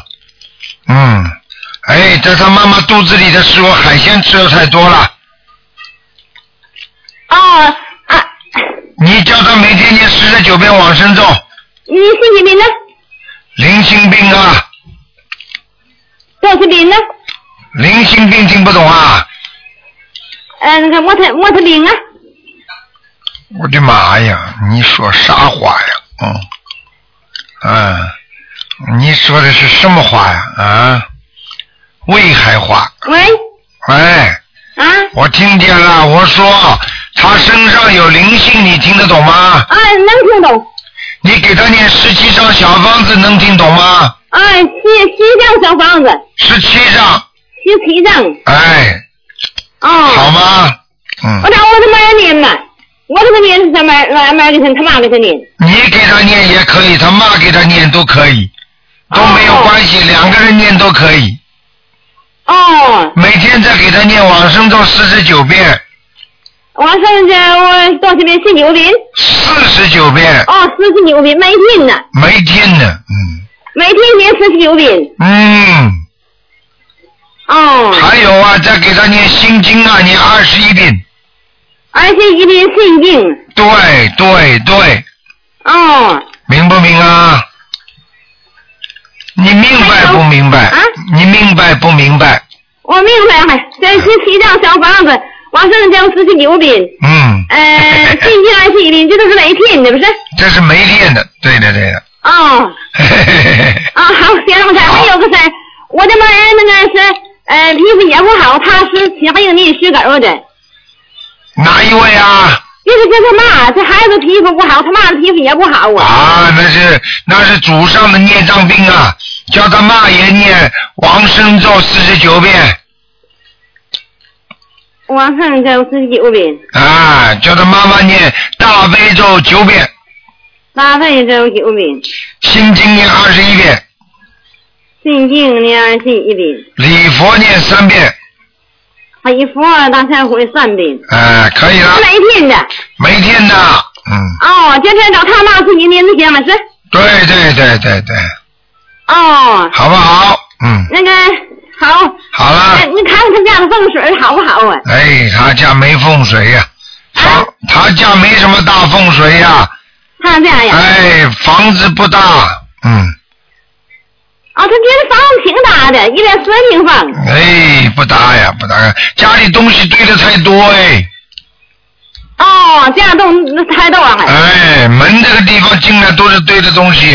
Speaker 1: 嗯，哎，在他妈妈肚子里的时候，海鲜吃的太多了。
Speaker 7: 哦啊，
Speaker 1: 你叫他每天念四十九遍往生咒，
Speaker 7: 你是几病呢？
Speaker 1: 灵性病啊，
Speaker 7: 多少病呢？
Speaker 1: 灵性病听不懂啊！
Speaker 7: 呃，那个我特我特病啊，
Speaker 1: 我的妈呀，你说啥话呀？嗯，啊，你说的是什么话呀？啊，威海话，
Speaker 7: 喂
Speaker 1: 哎，
Speaker 7: 啊
Speaker 1: 我听见了，我说他身上有灵性，你听得懂吗？
Speaker 7: 啊，能听懂
Speaker 1: 你给他念十七张小方子，能听懂吗？
Speaker 7: 啊，西西藏小房子，
Speaker 1: 十七张，
Speaker 7: 西西藏
Speaker 1: 哎，
Speaker 7: 哦。
Speaker 1: 好吗？
Speaker 7: 我
Speaker 1: 嗯，
Speaker 7: 找哦我他妈要念嘛，我这个念是他妈他妈给他他妈给他念。
Speaker 1: 你给他念也可以，他妈给他念都可以，都没有
Speaker 7: 哦
Speaker 1: 关系，两个人念都可以。
Speaker 7: 哦，
Speaker 1: 每天再给他念往生咒四十九遍，
Speaker 7: 我上这我多少遍十九遍？
Speaker 1: 四十九遍，
Speaker 7: 哦，四十九遍每天呢，
Speaker 1: 每天呢，嗯
Speaker 7: 每天念四十九遍。
Speaker 1: 嗯，
Speaker 7: 哦，
Speaker 1: 还有啊，再给他念心经啊，念二十一遍，
Speaker 7: 而且一遍心经。
Speaker 1: 对对对，
Speaker 7: 哦，
Speaker 1: 明不明啊？你明白不明白？
Speaker 7: 啊
Speaker 1: 你明白不明白？
Speaker 7: 我我明白了，这十七张小房子，往生章四十九遍，
Speaker 1: 嗯，
Speaker 7: 呃，新进来七遍，这都是每天的，不是？
Speaker 1: 这是没练的，对的对的。
Speaker 7: 哦，啊，好，先生台还有个事儿，我的妈人那个是呃皮肤也不好，他是挺有你虚狗的，
Speaker 1: 哪一位啊？
Speaker 7: 就是跟他妈，这孩子皮肤不好，他妈的皮肤也不好啊。
Speaker 1: 啊，那是那是祖上的孽障病啊！叫他骂也念往生咒四十九遍
Speaker 7: 往上就四十九遍，
Speaker 1: 啊，叫他妈妈念大悲咒九遍，
Speaker 7: 八辈就九遍，
Speaker 1: 心经念二十一遍，
Speaker 7: 心经呢二十一遍，
Speaker 1: 礼佛念三遍，
Speaker 7: 还一佛大忏悔三遍，
Speaker 1: 啊，可以了
Speaker 7: 是，每天的。
Speaker 1: 每天的，嗯，
Speaker 7: 哦，今天找他妈自己念的经了是？
Speaker 1: 对对对对对，
Speaker 7: 哦，
Speaker 1: 好不好？嗯，
Speaker 7: 那个好，
Speaker 1: 好
Speaker 7: 哎
Speaker 1: 了，
Speaker 7: 你看看他家的风水好不好啊？
Speaker 1: 哎，他家没风水呀、
Speaker 7: 啊
Speaker 1: 房他家没什么大风水呀、
Speaker 7: 他家呀，
Speaker 1: 哎，房子不大，嗯，
Speaker 7: 哦，他觉得房子挺大的，一百四平方。
Speaker 1: 哎，不大呀，不大呀，家里东西堆的太多哎。
Speaker 7: 哦，这样动那太多了。
Speaker 1: 哎，门这个地方进来都是堆的东西，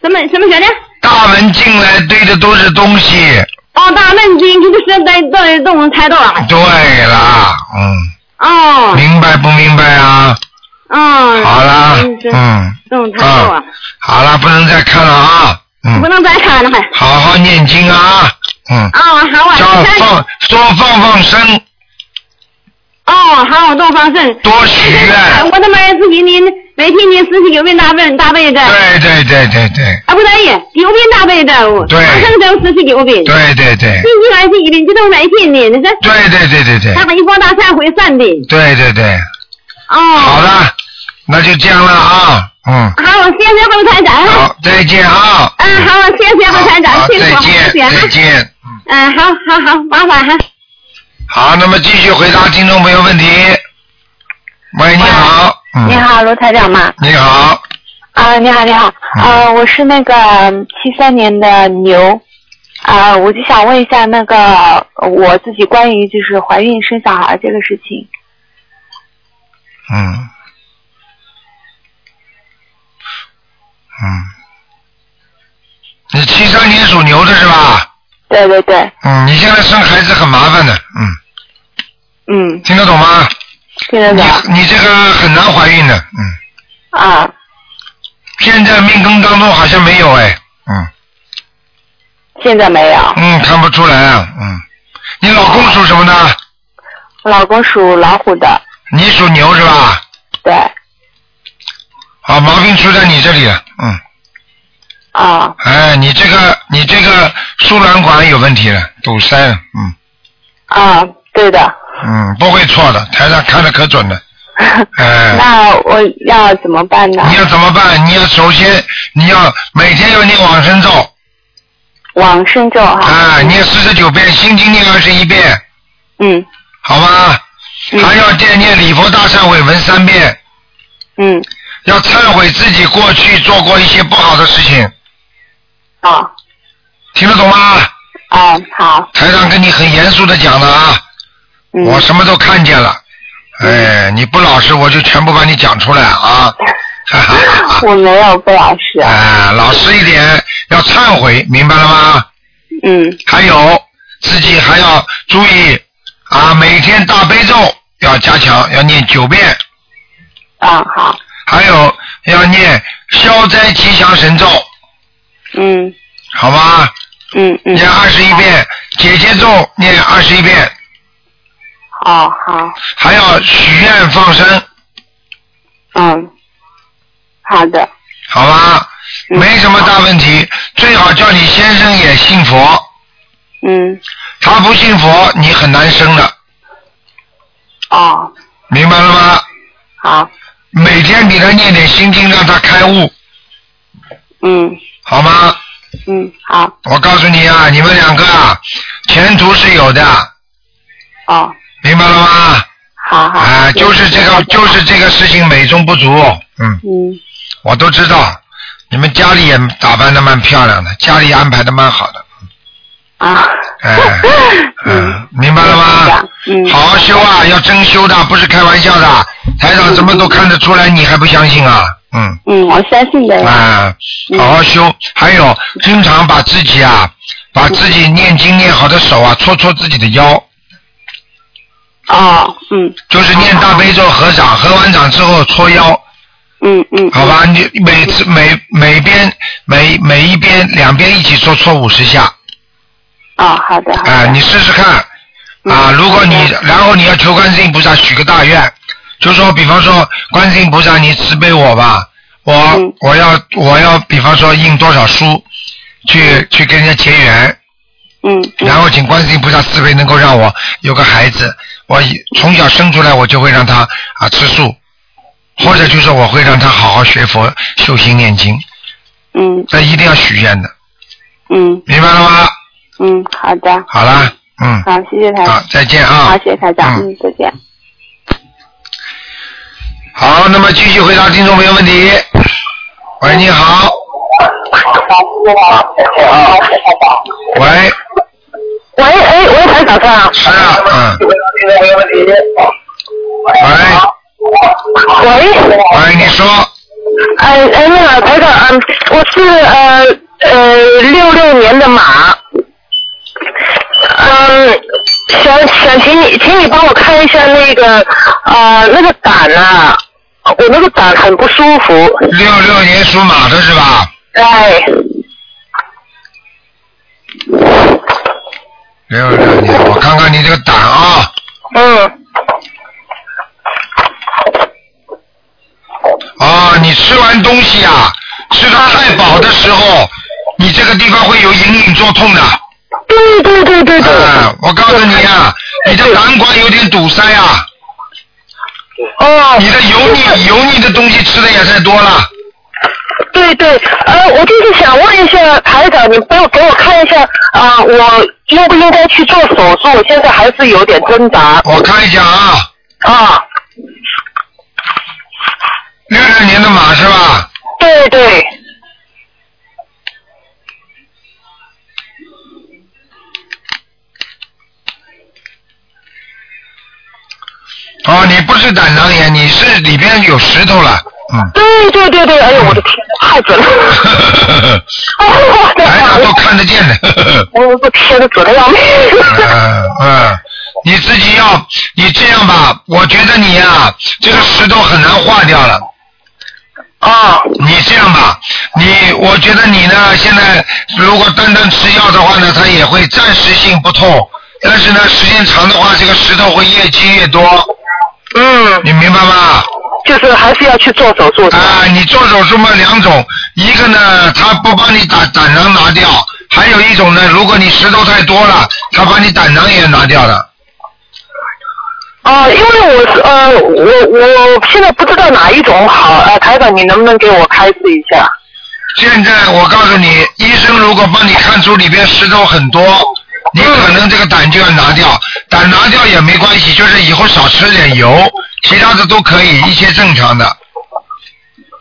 Speaker 7: 什么什么学的？
Speaker 1: 大门进来堆的都是东西。
Speaker 7: 哦，大门进去就是在动动太多了。
Speaker 1: 对啦，嗯，
Speaker 7: 哦，
Speaker 1: 明白不明白啊？
Speaker 7: 嗯，
Speaker 1: 好啦，
Speaker 7: 这
Speaker 1: 嗯，
Speaker 7: 动太多了，
Speaker 1: 好啦，不能再看了啊，
Speaker 7: 不
Speaker 1: 嗯，
Speaker 7: 能再看了还。
Speaker 1: 好好念经啊，嗯，
Speaker 7: 哦，好啊，
Speaker 1: 叫
Speaker 7: 三
Speaker 1: 放多放放生，
Speaker 7: 哦，好，东方圣。
Speaker 1: 多许愿。
Speaker 7: 我他妈自己您每天您自己有没大笨大背的？啊，
Speaker 1: 对对对对对
Speaker 7: 不对，有病大背的，我
Speaker 1: 对
Speaker 7: 马上就四十九病，星
Speaker 1: 对对对
Speaker 7: 期来是一病，这都每天的，那是
Speaker 1: 对对对对对
Speaker 7: 他们一波大忏悔三的。
Speaker 1: 对对对，
Speaker 7: 哦，
Speaker 1: 好
Speaker 7: 好，
Speaker 1: 了，那就这样了啊，嗯，
Speaker 7: 好，谢谢侯台长。
Speaker 1: 好，再见啊。
Speaker 7: 嗯，好，谢谢侯台
Speaker 1: 嗯好
Speaker 7: 长，辛
Speaker 1: 再
Speaker 7: 苦，谢谢
Speaker 1: 见，啊再
Speaker 7: 哈。
Speaker 1: 见。
Speaker 7: 嗯，好好好，麻烦哈。
Speaker 1: 好，那么继续回答听众朋友问题。喂，你好。嗯、
Speaker 2: 你。好，卢台长吗？
Speaker 1: 你好，
Speaker 2: 啊，你好，你好，
Speaker 1: 嗯
Speaker 2: 呃，我是那个七三年的牛，啊、我就想问一下那个呃我自己关于就是怀孕生小孩这个事情，
Speaker 1: 嗯，嗯，你七三年属牛的是吧？
Speaker 2: 对对对，
Speaker 1: 嗯，你现在生孩子很麻烦的，嗯，
Speaker 2: 嗯，
Speaker 1: 听得懂吗？
Speaker 2: 听得懂
Speaker 1: 你你这个很难怀孕的，嗯，
Speaker 2: 啊，
Speaker 1: 现在命根当中好像没有哎，嗯
Speaker 2: 现在没有，
Speaker 1: 嗯，看不出来啊，嗯，你老公属什么呢？
Speaker 2: 我老公属老虎的，
Speaker 1: 你属牛是吧？
Speaker 2: 对，
Speaker 1: 好，毛病出在你这里了，嗯，
Speaker 2: 啊，
Speaker 1: 哎，你这个你这个输卵管有问题了，堵塞了，嗯
Speaker 2: 啊，对的，
Speaker 1: 嗯，不会错的，台上看的可准了，哎，
Speaker 2: 那我要怎么办呢？
Speaker 1: 你要怎么办？你要首先你要每天要念往生咒，
Speaker 2: 往生咒哈，
Speaker 1: 啊，念四十九遍，心经念二十一遍，
Speaker 2: 嗯
Speaker 1: 好吗？还要念念礼佛大忏悔文三遍，
Speaker 2: 嗯，
Speaker 1: 要忏悔自己过去做过一些不好的事情，
Speaker 2: 啊
Speaker 1: 听得懂吗？
Speaker 2: 啊，好，
Speaker 1: 台上跟你很严肃的讲的啊。
Speaker 2: 嗯，
Speaker 1: 我什么都看见了。哎，你不老实，我就全部把你讲出来 啊！哈哈哈
Speaker 2: 我没有不老实
Speaker 1: 哈，哎，老实一点，要忏悔，明白了吗？
Speaker 2: 嗯
Speaker 1: 还有自己还要注意啊，每天大悲咒要加强，要念九遍，
Speaker 2: 啊，好，
Speaker 1: 还有要念消灾吉祥神咒，
Speaker 2: 嗯
Speaker 1: 好吗？
Speaker 2: 嗯嗯，
Speaker 1: 念二十一遍，姐姐咒念二十一遍，
Speaker 2: 好好，
Speaker 1: 还要许愿放生，
Speaker 2: 嗯，好的，
Speaker 1: 好吧，
Speaker 2: 嗯
Speaker 1: 没什么大问题，最好叫你先生也信佛，
Speaker 2: 嗯，
Speaker 1: 他不信佛，你很难生的，
Speaker 2: 哦，
Speaker 1: 明白了吗？
Speaker 2: 好，
Speaker 1: 每天给他念点心经，让他开悟，
Speaker 2: 嗯
Speaker 1: 好吗？
Speaker 2: 嗯，好，
Speaker 1: 我告诉你啊，你们两个啊，前途是有的，
Speaker 2: 哦，
Speaker 1: 明白了吗？
Speaker 2: 好好，
Speaker 1: 啊，就是这个，就是这个事情美中不足，嗯，
Speaker 2: 嗯
Speaker 1: 我都知道，你们家里也打扮的蛮漂亮的，家里安排的蛮好的，
Speaker 2: 啊，
Speaker 1: 哎，嗯，明白了吗？
Speaker 2: 嗯
Speaker 1: 好好修啊，要真修的，不是开玩笑的。台长什么都看得出来，你还不相信啊？嗯。
Speaker 7: 嗯，我相信的。
Speaker 1: 啊，好好修。还有，经常把自己啊，把自己念经念好的手啊，搓搓自己的腰。
Speaker 7: 哦，嗯。
Speaker 1: 就是念大悲咒合掌，合完掌之后搓腰。
Speaker 7: 嗯嗯。
Speaker 1: 好吧，你每次每每边每每一边两边一起搓搓五十下。
Speaker 7: 哦，好的。好的嗯
Speaker 1: 啊，你试试看啊！如果你然后你要求观世音菩萨许个大愿，就说比方说观世音菩萨，你慈悲我吧，我、
Speaker 7: 嗯
Speaker 1: 我要我要比方说印多少书，去去跟人家结缘。
Speaker 7: 嗯。
Speaker 1: 然后请观世音菩萨慈悲，能够让我有个孩子，我以从小生出来我就会让他啊吃素，或者就是我会让他好好学佛、修心、念经。
Speaker 7: 嗯。
Speaker 1: 这一定要许愿的，
Speaker 7: 嗯
Speaker 1: 明白了吗？
Speaker 7: 嗯，好的。
Speaker 1: 好啦，嗯。
Speaker 7: 好，谢谢台长。
Speaker 1: 好再见啊
Speaker 7: 好，谢谢台长。嗯，再见。
Speaker 1: 好，那么继续回答听众朋友问题。喂，你好。喂，
Speaker 2: 喂，哎，喂，台长啊。
Speaker 1: 是啊，嗯。
Speaker 2: 喂。
Speaker 1: 喂，你说。
Speaker 2: 哎哎，那个台长，嗯，我是呃呃六六年的马，嗯，想想请你，请你帮我看一下那个呃那个胆啊，我那个胆很不舒服。
Speaker 1: 六六年属马的是吧？
Speaker 2: 哎，
Speaker 1: 六六年，我看看你这个胆啊。
Speaker 2: 嗯。
Speaker 1: 啊，你吃完东西啊，吃的太饱的时候，你这个地方会有隐隐作痛的。
Speaker 2: 对对对对
Speaker 1: 对。啊，我告诉你啊，你的胆管有点堵塞啊。
Speaker 2: 哦。
Speaker 1: 你的油腻油腻的东西吃的也太多了。
Speaker 2: 对对，呃，我就是想问一下台长，你帮我给我看一下啊、我应不应该去做手术？我现在还是有点挣扎。
Speaker 1: 我看一下啊。
Speaker 2: 啊，
Speaker 1: 六六年的马是吧？
Speaker 2: 对对，
Speaker 1: 哦，你不是胆囊炎，你是里边有石头了。嗯。
Speaker 2: 对对对对，哎呦，我的天哪，太准了！ 哎
Speaker 1: 台长都看得见的。
Speaker 2: 我我天哪，准的要命！
Speaker 1: 嗯嗯，你自己要，你这样吧，我觉得你呀、这个石头很难化掉了。
Speaker 2: 啊。
Speaker 1: 你这样吧，你我觉得你呢，现在如果单单吃药的话呢，它也会暂时性不痛，但是呢，时间长的话，这个石头会越积越多。
Speaker 2: 嗯。
Speaker 1: 你明白吗？
Speaker 2: 就是还是要去做手术。
Speaker 1: 啊，你做手术嘛，两种，一个呢，他不帮你胆胆囊拿掉，还有一种呢，如果你石头太多了，他把你胆囊也拿掉了。
Speaker 2: 啊、因为我是呃，我我现在不知道哪一种好，呃，台长你能不能给我开示一下？
Speaker 1: 现在我告诉你，医生如果帮你看出里边石头很多，你可能这个胆就要拿掉。胆拿掉也没关系，就是以后少吃点油，其他的都可以，一切正常的。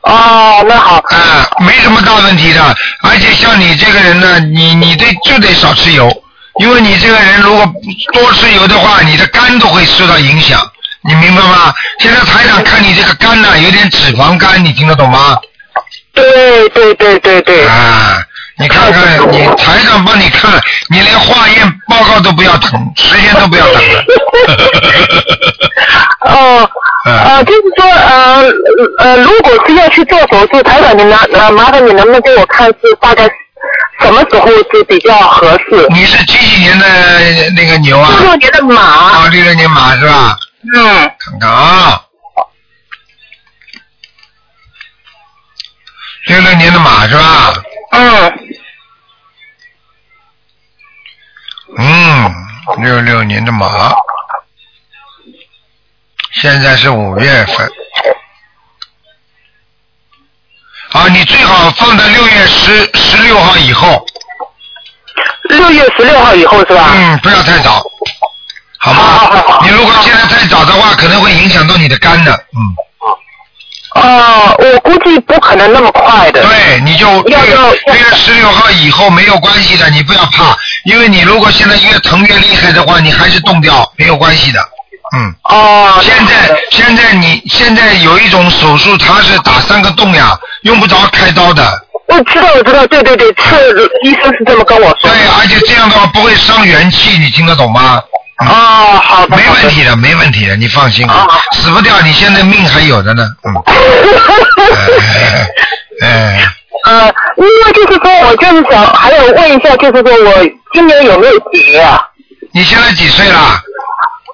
Speaker 2: 哦，那好。
Speaker 1: 啊、没什么大问题的。而且像你这个人呢，你你得就得少吃油，因为你这个人如果多吃油的话，你的肝都会受到影响，你明白吗？现在台长看你这个肝呐，有点脂肪肝，你听得懂吗？
Speaker 2: 对对对对对。
Speaker 1: 啊，你看看，你台上帮你看，你连化验报告都不要等，时间都不要等了。
Speaker 2: 哦，
Speaker 1: 嗯
Speaker 2: 呃，就是说，呃呃，如果是要去做手术，台长你拿呃，麻烦你能不能给我看是大概什么时候是比较合适？
Speaker 1: 你是几几年的那个牛啊？
Speaker 2: 六六年的马。
Speaker 1: 啊，六六年马是吧？
Speaker 2: 嗯。
Speaker 1: 看看啊。六六年的马是吧？
Speaker 2: 嗯。
Speaker 1: 嗯，六六年的马，现在是五月份。啊，你最好放在六月十十六号以后。
Speaker 2: 六月十六号以后是吧？
Speaker 1: 嗯，不要太早，好吗？你如果现在太早的话，可能会影响到你的肝的，嗯。
Speaker 2: 哦，我估计不可能那么快的。
Speaker 1: 对，你就
Speaker 2: 要
Speaker 1: 六
Speaker 2: 要
Speaker 1: 六月十六号以后没有关系的，你不要怕，因为你如果现在越疼越厉害的话，你还是冻掉，没有关系的。嗯。
Speaker 2: 哦。
Speaker 1: 现在现在你现在有一种手术，它是打三个洞呀，用不着开刀的。
Speaker 2: 我知道，我知道，对对对，是医生是这么跟我说。
Speaker 1: 对，而且这样的话不会伤元气，你听得懂吗？哦，
Speaker 2: 好
Speaker 1: 的，没问题的，没问题的，你放心，啊死不掉，你现在命还有的呢， 嗯，哎，
Speaker 2: 呃，因为就是说，我就是想还有问一下，就是说我今年有没有结啊？
Speaker 1: 你现在几岁了？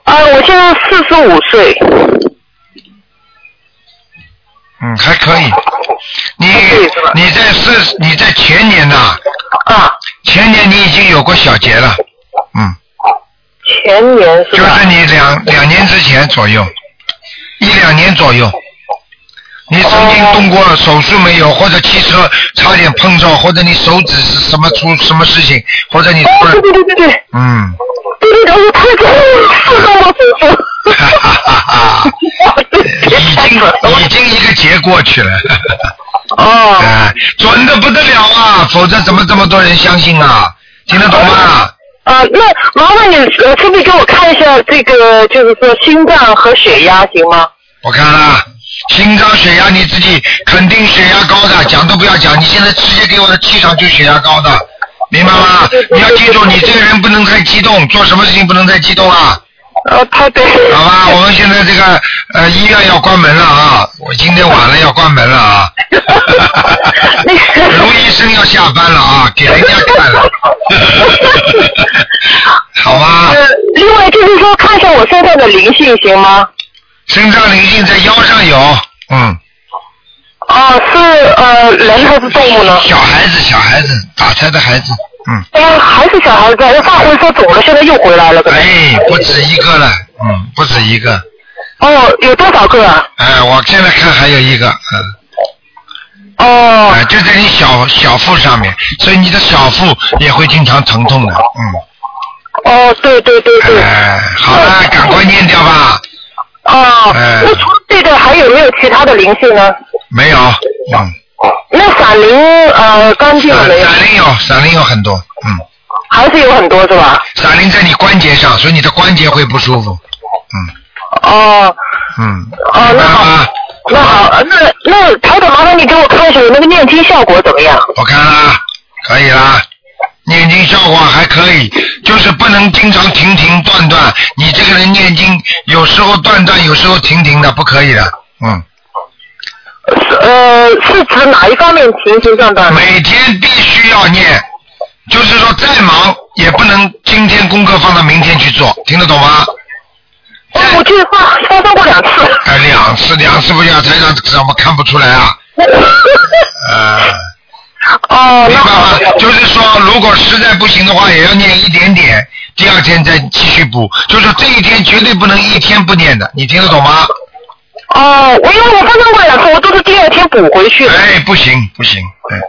Speaker 2: 啊，我现在四十五岁。
Speaker 1: 嗯，还可
Speaker 2: 哦
Speaker 1: 以。你你在是你在前年呐、
Speaker 2: 啊？
Speaker 1: 前年你已经有过小结了，嗯
Speaker 2: 前年是
Speaker 1: 就
Speaker 2: 吧？哦
Speaker 1: 是你两两年之前左右，一两年左右，你曾经动
Speaker 2: 哦
Speaker 1: 过手术没有？或者汽车差点碰撞，或者你手指是什么出什么事情，或者你突然
Speaker 2: 哦对对对对，
Speaker 1: 嗯，
Speaker 2: 对对对，我太痛了，四动了手术。
Speaker 1: 已经已经一个结过去了。
Speaker 2: 哦。
Speaker 1: 哎，准的不得了啊！否则怎么这么多人相信啊？听得懂吗？
Speaker 2: 啊，那麻烦你呃，可不可以给我看一下这个，就是说心脏和血压行吗？
Speaker 1: 我看了，心脏血压你自己肯定血压高的，讲都不要讲，你现在直接给我的气场就血压高的，明白吗？你要记住，你这个人不能太激动，做什么事情不能太激动啊。
Speaker 2: 呃，太对。
Speaker 1: 好吧，我们现在这个呃医院要关门了啊，我今天晚了要关门了啊。卢医生要下班了啊，给人家看了。好吧。
Speaker 2: 呃，另外就是说看一下我身上的灵性行吗？
Speaker 1: 身上灵性在腰上有，嗯。
Speaker 2: 哦、是呃人还是动物呢？
Speaker 1: 小孩子，小孩子，打胎的孩子，嗯。
Speaker 2: 哎呀，还是小孩子，上回说走了，现在又回来了。
Speaker 1: 哎，不止一个了，嗯，不止一个。
Speaker 2: 哦，有多少个啊？
Speaker 1: 哎，我现在看还有一个，嗯，
Speaker 2: 哦。
Speaker 1: 哎，就在你小小腹上面，所以你的小腹也会经常疼痛的，嗯。
Speaker 2: 哦，对对对 对。
Speaker 1: 哎，好了，赶快念掉吧。
Speaker 2: 哦，
Speaker 1: 哎
Speaker 2: 那除了这个还有没有其他的灵性呢？
Speaker 1: 没有，嗯，
Speaker 2: 那闪灵呃干净啊了没有？
Speaker 1: 闪灵有，闪灵有很多，嗯，
Speaker 2: 还是有很多是吧？
Speaker 1: 闪灵在你关节上，所以你的关节会不舒服，
Speaker 2: 哦
Speaker 1: 嗯，
Speaker 2: 哦，那好，那好，呃那那台长麻烦你给我看一下我那个念经效果怎么样？
Speaker 1: 我看啦，可以啦，念经效果还可以，就是不能经常停停断断。你这个人念经有时候断断，有时候停停的，不可以的。嗯，
Speaker 2: 是呃，是指哪一方面情形状的？
Speaker 1: 每天必须要念，就是说再忙也不能今天功课放到明天去做，听得懂吗？
Speaker 2: 哦我去发发生过两次。
Speaker 1: 哎，两次两次不要，台长怎么看不出来啊？呃，
Speaker 2: 哦，
Speaker 1: 明白吗？就是说，如果实在不行的话，也要念一点点，第二天再继续补。就是这一天绝对不能一天不念的，你听得懂吗？
Speaker 2: 哦，我因为我发生过两次，我都是第二天补回去。
Speaker 1: 哎，不行不行，哎，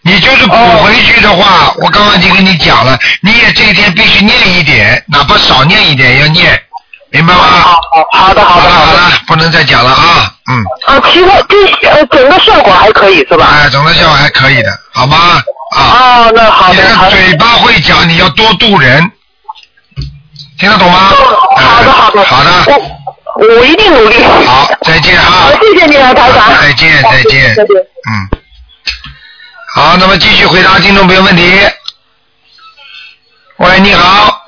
Speaker 1: 你就是补
Speaker 2: 哦
Speaker 1: 回去的话，我刚刚已经跟你讲了，你也这一天必须念一点，哪怕少念一点也要念，明白吗？好
Speaker 2: 哦好的好
Speaker 1: 的好了，不能再讲了啊，嗯，
Speaker 2: 啊，其他这呃整个效果还可以是吧？
Speaker 1: 哎，总的效果还可以的，好吗？啊。
Speaker 2: 哦，那好
Speaker 1: 你
Speaker 2: 的
Speaker 1: 这
Speaker 2: 好
Speaker 1: 个
Speaker 2: 的。
Speaker 1: 嘴巴会讲，你要多度人，听得懂吗？
Speaker 2: 哦
Speaker 1: 好的好的好的，
Speaker 2: 我我一定努力。
Speaker 1: 好，再见啊！
Speaker 2: 谢谢你啊，台长。
Speaker 1: 再见再见
Speaker 2: 再见。
Speaker 1: 嗯。好，那么继续回答听众朋友问题。喂，你好。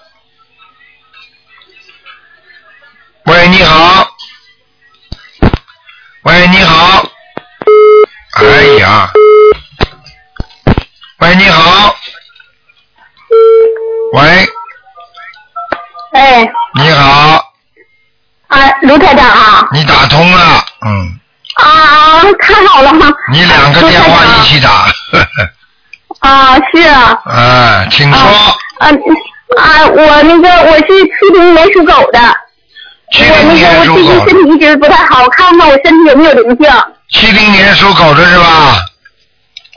Speaker 1: 喂，你好。喂，你好。哎呀。喂，你好。喂，
Speaker 7: 哎，
Speaker 1: 你好，
Speaker 7: 啊，卢台长啊，
Speaker 1: 你打通了，嗯，
Speaker 7: 啊，太好了，
Speaker 1: 你两个电话一起打，
Speaker 7: 啊，是啊，
Speaker 1: 啊，请说。
Speaker 7: 啊啊，我那个我是七零年属狗的，我那个我最近身体一直不太好，看看我身体有没有灵性。
Speaker 1: 七零年属狗的是吧？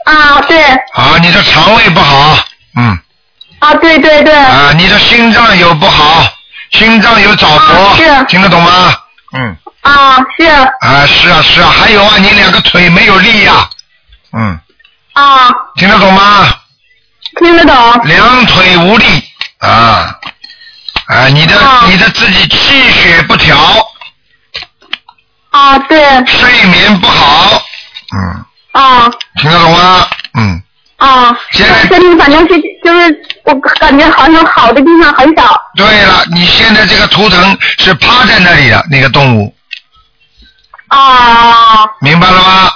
Speaker 7: 啊，对，
Speaker 1: 啊，你的肠胃不好，嗯。
Speaker 7: 啊，对对对。
Speaker 1: 啊，你的心脏有不好，心脏有早搏，听得懂吗？嗯。
Speaker 7: 啊，是
Speaker 1: 啊，是啊，是啊，还有啊，你两个腿没有力呀、嗯，
Speaker 7: 啊，
Speaker 1: 听得懂吗？
Speaker 7: 听得懂。
Speaker 1: 两腿无力啊啊！你的、你的自己气血不调，
Speaker 7: 啊，对，
Speaker 1: 睡眠不好，
Speaker 7: 啊
Speaker 1: 听得懂吗？嗯，
Speaker 7: 啊，身体反正是就是我感觉好像好的地方很少。
Speaker 1: 对了，你现在这个图腾是趴在那里的那个动物，
Speaker 7: 啊
Speaker 1: 明白了吗？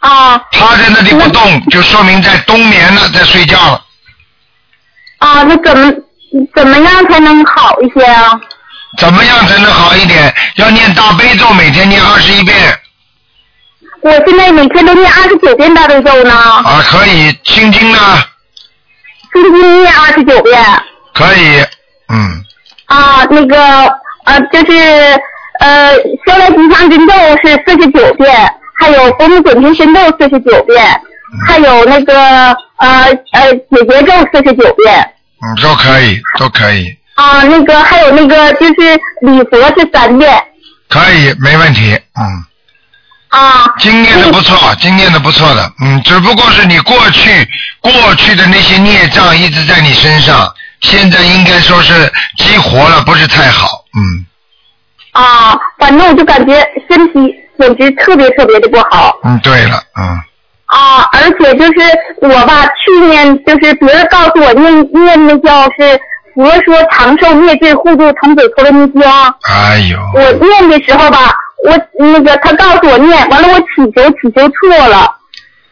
Speaker 7: 啊
Speaker 1: 趴在那里不动，就说明在冬眠了，在睡觉了。
Speaker 7: 啊，那怎么怎么样才能好一些啊？
Speaker 1: 怎么样才能好一点？要念大悲咒，每天念二十一遍
Speaker 7: 我现在每天都念二十九遍大悲咒呢，
Speaker 1: 啊，可以。心经呢，
Speaker 7: 星期一念二十九遍
Speaker 1: 可以，嗯
Speaker 7: 啊，那个呃就是呃消灾吉祥真咒是四十九遍，还有佛母准提神咒四十九遍，还有那个呃呃解结咒四十九遍。
Speaker 1: 嗯，都可以，都可以，
Speaker 7: 啊，那个还有那个就是礼佛是三遍
Speaker 1: 可以，没问题，嗯。
Speaker 7: 啊。
Speaker 1: 经念的不错，经念的不错的，嗯，只不过是你过去过去的那些孽障一直在你身上，现在应该说是激活了，不是太好，嗯
Speaker 7: 啊，反正我就感觉身体简直特别特别的不好
Speaker 1: 嗯，对了，嗯
Speaker 7: 啊，而且就是我吧，去年就是别人告诉我念念那叫是佛说长寿灭罪护度童子陀罗尼经，
Speaker 1: 哎呦，
Speaker 7: 我念的时候吧，我那个他告诉我念，完了我祈求祈求错了，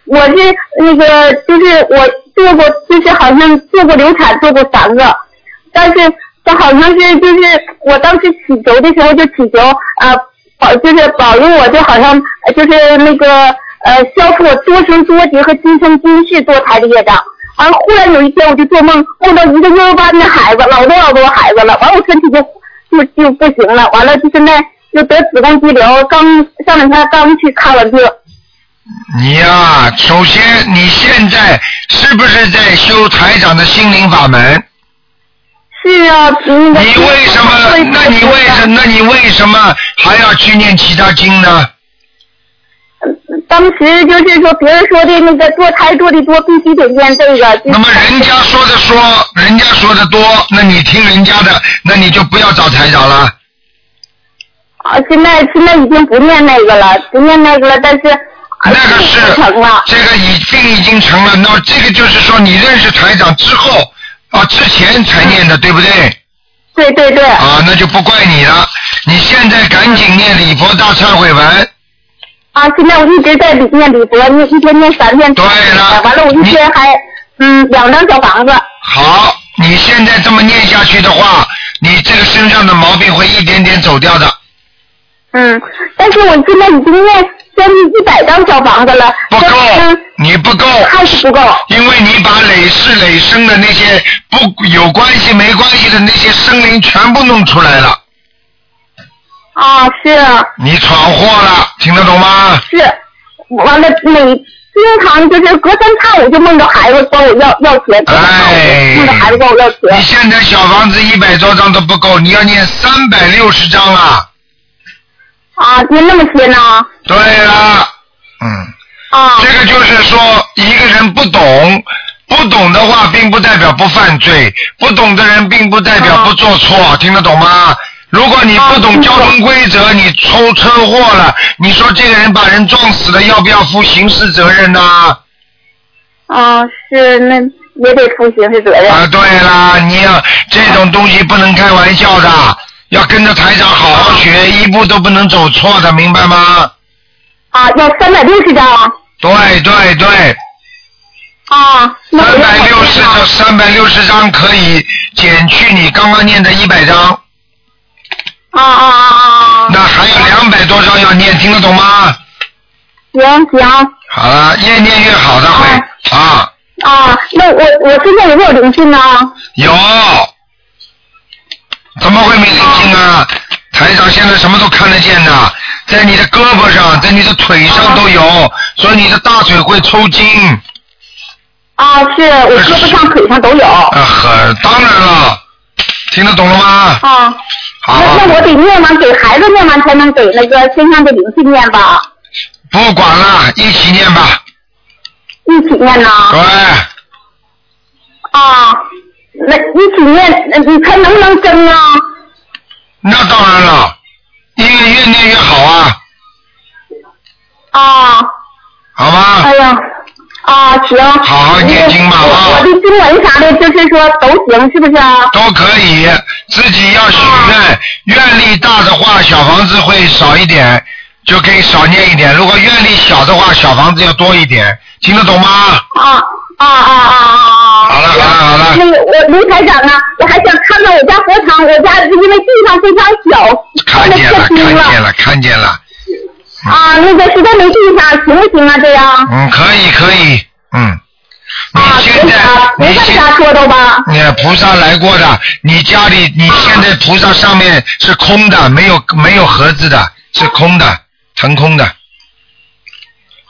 Speaker 7: 我是那个就是我做过就是好像做过流产做过三个，但是他好像是就是我当时祈求的时候就祈求呃保就是保佑我就好像呃就是那个呃消除我多生多劫和今生今世多财的业障。完了，忽然有一天我就做梦，梦到一个幼儿班的孩子，老多老多孩子了。完了，我身体就就就不行了。完了，就现在就得子宫肌瘤，刚上两天刚去看完病。
Speaker 1: 你呀、首先你现在是不是在修台长的心灵法门？
Speaker 7: 是啊，你
Speaker 1: 为什么？那你为什？那你为什么还要去念其他经呢？
Speaker 7: 当时就是说别人说的那个堕胎做的多，必须得念这个。
Speaker 1: 那么人家说的说，人家说的多，那你听人家的，那你就不要找台长了。
Speaker 7: 啊，现在现在已经不念那个了，不念那个了，但是
Speaker 1: 那个是这个已病已经成了，那这个就是说你认识台长之后啊，之前才念的，对不对？
Speaker 7: 对对对。
Speaker 1: 啊，那就不怪你了。你现在赶紧念礼佛大忏悔文，
Speaker 7: 啊，现在我一直在念礼佛，念一天念三遍。对了。完了，我一天还嗯两张小房子。
Speaker 1: 好，你现在这么念下去的话，你这个身上的毛病会一点点走掉的。
Speaker 7: 嗯，但是我现在已经念将近一百张小房子了，
Speaker 1: 不够，你不够，
Speaker 7: 还是不够，
Speaker 1: 因为你把累世累生的那些不有关系没关系的那些生灵全部弄出来了，
Speaker 7: 啊，是
Speaker 1: 你闯祸了，听得懂吗？
Speaker 7: 是，完了每经常就是隔三差五就梦到孩子管我要要钱，隔三差
Speaker 1: 哎
Speaker 7: 五就梦到孩子管我要钱。
Speaker 1: 你现在小房子一百多张都不够，你要念三百六十张啊！
Speaker 7: 啊，念那么些呢？
Speaker 1: 对了，嗯，
Speaker 7: 啊，
Speaker 1: 这个就是说一个人不懂，不懂的话并不代表不犯罪，不懂的人并不代表不做错，听得懂吗？如果你不懂交通规则，你出车祸了，你说这个人把人撞死了，要不要负刑事责任呢、
Speaker 7: 啊，是那也得负刑事责任。
Speaker 1: 啊，对啦，你要这种东西不能开玩笑的，要跟着台长好好学，一步都不能走错的，明白吗？
Speaker 7: 啊，要三百六十张啊。
Speaker 1: 对对对，
Speaker 7: 啊，那
Speaker 1: 三百六十张，三百六十张可以减去你刚刚念的一百张。
Speaker 7: 啊啊啊
Speaker 1: 啊！那还有两百多张要念，听得懂吗？
Speaker 7: 行行
Speaker 1: 好了，越念越好的会啊，
Speaker 7: 啊，那我我身上有没有灵性呢？
Speaker 1: 有，怎么会没灵性啊？台长现在什么都看得见的，在你的胳膊上，在你的腿上都有，所以你的大腿会抽筋。
Speaker 7: 啊，是我胳膊上、腿上都有。
Speaker 1: 啊，很当然了，听得懂了吗？
Speaker 7: 啊
Speaker 1: 好
Speaker 7: 那那我得念完给孩子念完才能给那个身上的灵性念吧？
Speaker 1: 不管了，一起念吧。
Speaker 7: 一起念呢？
Speaker 1: 对。
Speaker 7: 啊，那一起念，呃你看能不能争啊？
Speaker 1: 那当然了，越越念越好啊，
Speaker 7: 啊，
Speaker 1: 好吗？
Speaker 7: 哎呀，啊，行。好
Speaker 1: 好念经吧啊
Speaker 7: 我的经文啥的，就是说都行，是不是啊？
Speaker 1: 都可以，自己要许愿，愿力大的话，小房子会少一点，就可以少念一点；如果愿力小的话，小房子要多一点，听得懂吗？
Speaker 7: 啊啊啊啊啊！好了好了
Speaker 1: 好了。
Speaker 7: 那个我卢台长呢？我还想看看我家佛堂，我家因为地方非常小，看得
Speaker 1: 看见了，
Speaker 7: 太
Speaker 1: 看
Speaker 7: 低了
Speaker 1: 见了，看见了，
Speaker 7: 啊，那个实在没地方，行不行啊？这样啊
Speaker 1: 嗯，可以可以，嗯。你现在，你现在
Speaker 7: 说的吧？
Speaker 1: 你菩萨来过的，你家里你现在菩萨上面是空的，没有没有盒子的，是空的，腾空的，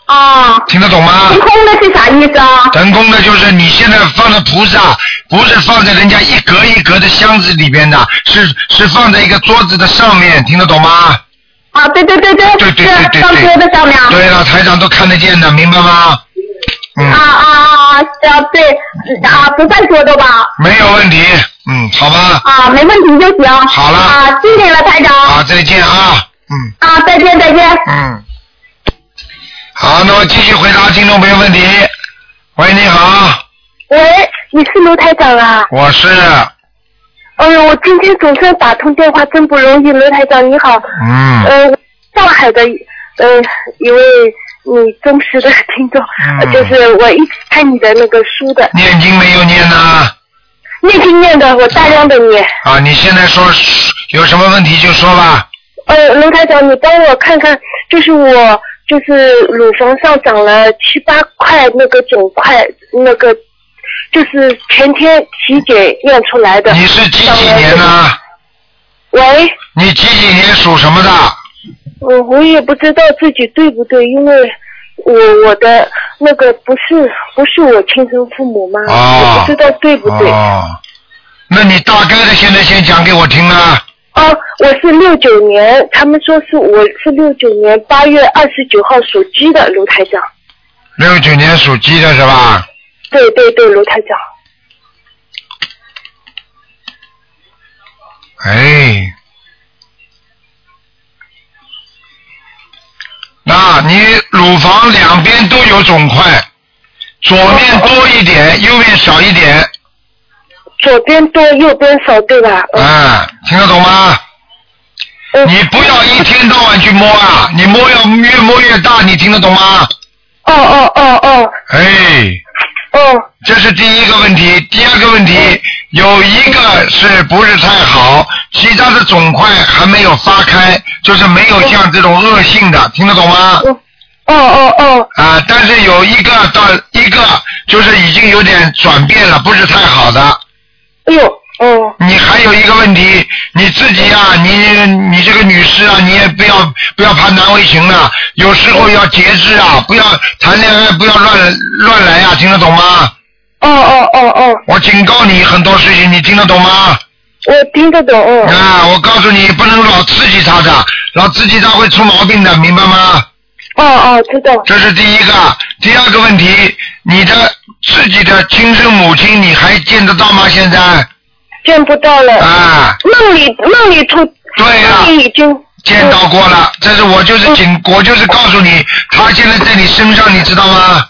Speaker 7: 啊，
Speaker 1: 听得懂吗？
Speaker 7: 腾空的是啥意思啊？
Speaker 1: 腾空的就是你现在放的菩萨，不是放在人家一格一格的箱子里边的，是是放在一个桌子的上面，听得懂吗？
Speaker 7: 啊，对对对对，
Speaker 1: 对对对对
Speaker 7: 放桌子上面。
Speaker 1: 对了，台长都看得见的，明白吗？嗯
Speaker 7: 啊啊啊！啊，对，啊，不算说的吧？
Speaker 1: 没有问题，嗯，好吧，
Speaker 7: 啊，没问题就行。
Speaker 1: 好了
Speaker 7: 啊，谢谢了，台长。
Speaker 1: 好，再见啊，
Speaker 7: 啊，再见，再见。
Speaker 1: 嗯。好，那么继续回答听众朋友问题。喂，你好，
Speaker 8: 喂，你是卢台长啊？
Speaker 1: 我是，
Speaker 8: 嗯、我今天总算打通电话，真不容易。卢台长你好，
Speaker 1: 嗯
Speaker 8: 呃，上海的呃一位你忠实的听众，呃
Speaker 1: 嗯
Speaker 8: 就是我一直看你的那个书的。
Speaker 1: 念经没有念呢？
Speaker 8: 念经念的，我大量的念。
Speaker 1: 啊，你现在说有什么问题就说吧。
Speaker 8: 呃，卢台长，你帮我看看，就是我就是乳房上长了七八块那个肿块，那个就是前天体检验出来的。
Speaker 1: 你是几几年呢？
Speaker 8: 喂，
Speaker 1: 你几几年属什么的？
Speaker 8: 我我也不知道自己对不对，因为我我的那个不是不是我亲生父母吗？嗯
Speaker 1: 哦
Speaker 8: 我不知道对不对。
Speaker 1: 哦，那你大概的现在先讲给我听啊。
Speaker 8: 哦、我是六九年，他们说是我是六九年八月二十九号属鸡的卢台长。
Speaker 1: 六九年属鸡的是吧？
Speaker 8: 对对对，卢台长。
Speaker 1: 哎，那你乳房两边都有肿块，左面多一点，右面少一点，
Speaker 8: 哦左边多，右边少，对吧？哦
Speaker 1: 啊，听得懂吗？你不要一天到晚去摸啊，你摸要越摸越大，你听得懂吗？
Speaker 8: 哦哦哦哦。
Speaker 1: 哎。
Speaker 8: 哦。
Speaker 1: 这是第一个问题，第二个问题有一个是不是太好，其他的肿块还没有发开，就是没有像这种恶性的，听得懂吗？
Speaker 8: 哦哦哦。
Speaker 1: 啊，但是有一个到一个就是已经有点转变了，不是太好的。
Speaker 8: 哎呦，哦。
Speaker 1: 你还有一个问题，你自己啊，你你这个女士啊，你也不要不要怕难为情了，有时候要节制啊，不要谈恋爱不要乱乱来啊，听得懂吗？
Speaker 8: 哦哦哦哦。
Speaker 1: 我警告你很多事情，你听得懂吗？
Speaker 8: 我听得懂。哦
Speaker 1: 啊，我告诉你，不能老刺激他的，老刺激他会出毛病的，明白吗？
Speaker 8: 哦哦，知道。
Speaker 1: 这是第一个，第二个问题，你的自己的亲生母亲你还见得到吗？现在
Speaker 8: 见不到了。
Speaker 1: 啊。
Speaker 8: 梦里梦里出。
Speaker 1: 对
Speaker 8: 呀、梦里已经。嗯
Speaker 1: 见到过了，这是我就是警，我就是告诉你，他现在在你身上，你知道吗？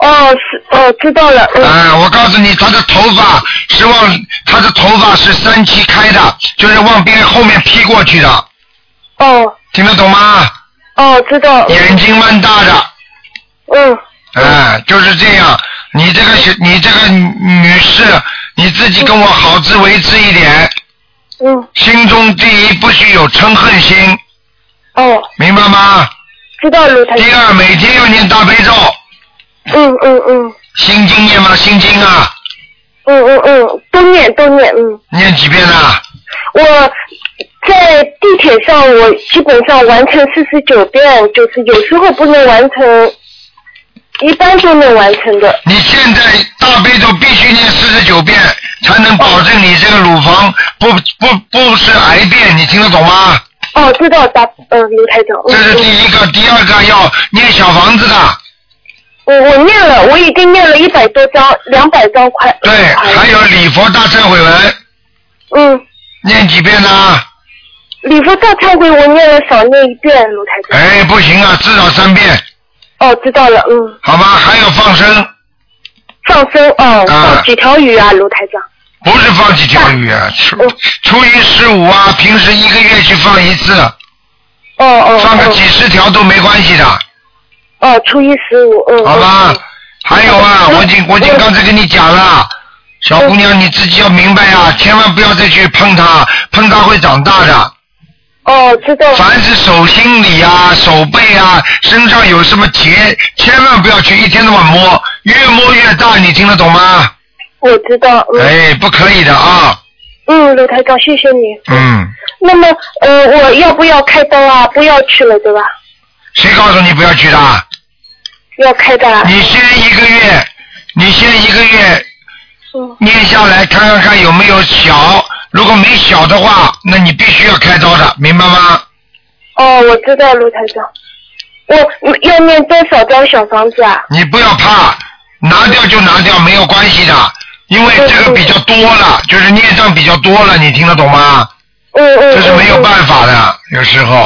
Speaker 8: 哦，是哦，知道了。
Speaker 1: 啊，我告诉你，他的头发是往他的头发是三七开的，就是往边后面披过去的。
Speaker 8: 哦。
Speaker 1: 听得懂吗？
Speaker 8: 哦，知道。
Speaker 1: 眼睛蛮大的。
Speaker 8: 嗯。
Speaker 1: 啊，就是这样。你这个小，你这个女士，你自己跟我好自为之一点。
Speaker 8: 嗯。
Speaker 1: 心中第一不许有嗔恨心。
Speaker 8: 哦。
Speaker 1: 明白吗？
Speaker 8: 知道了，
Speaker 1: 第二，每天要念大悲咒。
Speaker 8: 嗯嗯嗯。
Speaker 1: 心经念吗？心经啊，
Speaker 8: 嗯嗯嗯，都念都念，嗯。
Speaker 1: 念几遍啊？
Speaker 8: 我在地铁上，我基本上完成四十九遍，就是有时候不能完成
Speaker 4: 一般都能完成的。
Speaker 1: 你现在大悲咒必须念四十九遍，才能保证你这个乳房不不不是癌变，你听得懂吗？
Speaker 4: 哦，知道大呃卢台
Speaker 7: 嗯
Speaker 4: 长。嗯
Speaker 1: 这是第一个，第二个要念小房子的。
Speaker 4: 我我念了，我已经念了一百多张，两百张快。
Speaker 1: 对，
Speaker 7: 嗯
Speaker 1: 还有礼佛大忏悔文。
Speaker 4: 嗯。
Speaker 1: 念几遍呢？啊
Speaker 4: 礼佛大忏悔我念了少念一遍，卢台长。
Speaker 1: 哎，不行啊，至少三遍，
Speaker 4: 哦，知道了，嗯，
Speaker 1: 好吧？还有放生，
Speaker 4: 放生
Speaker 1: 啊
Speaker 4: 哦，放几条鱼啊，卢台长。
Speaker 1: 不是放几条鱼啊，初初一十五啊，平时一个月去放一次，
Speaker 4: 哦哦。
Speaker 1: 放个
Speaker 4: 哦
Speaker 1: 几十条都没关系的，
Speaker 4: 哦，初一十五，嗯。
Speaker 1: 好吧
Speaker 4: 嗯？
Speaker 1: 还有啊，
Speaker 4: 哦
Speaker 1: 我已经我已经刚才跟你讲了，小姑娘你自己要明白
Speaker 4: 哦
Speaker 1: 啊，千万不要再去碰它，碰它会长大的。
Speaker 4: 哦，知道。
Speaker 1: 凡是手心里啊、手背啊、身上有什么结，千万不要去一天到晚摸，越摸越大，你听得懂吗？
Speaker 4: 我知道，嗯。
Speaker 1: 哎，不可以的啊，
Speaker 4: 嗯，卢台长，谢谢你。
Speaker 1: 嗯，
Speaker 4: 那么，呃，我要不要开刀啊？不要去了，对吧？
Speaker 1: 谁告诉你不要去的？
Speaker 4: 哦要开的啊。
Speaker 1: 你先一个月，你先一个月念下来，看看看有没有小。如果没小的话，那你必须要开刀的，明白吗？
Speaker 4: 哦，我知道，卢台长。我嗯要念多少张小房子啊？
Speaker 1: 你不要怕，拿掉就拿掉，没有关系的，因为这个比较多了，就是孽障比较多了，你听得懂吗？
Speaker 4: 嗯嗯。
Speaker 1: 这是没有办法的，有时候。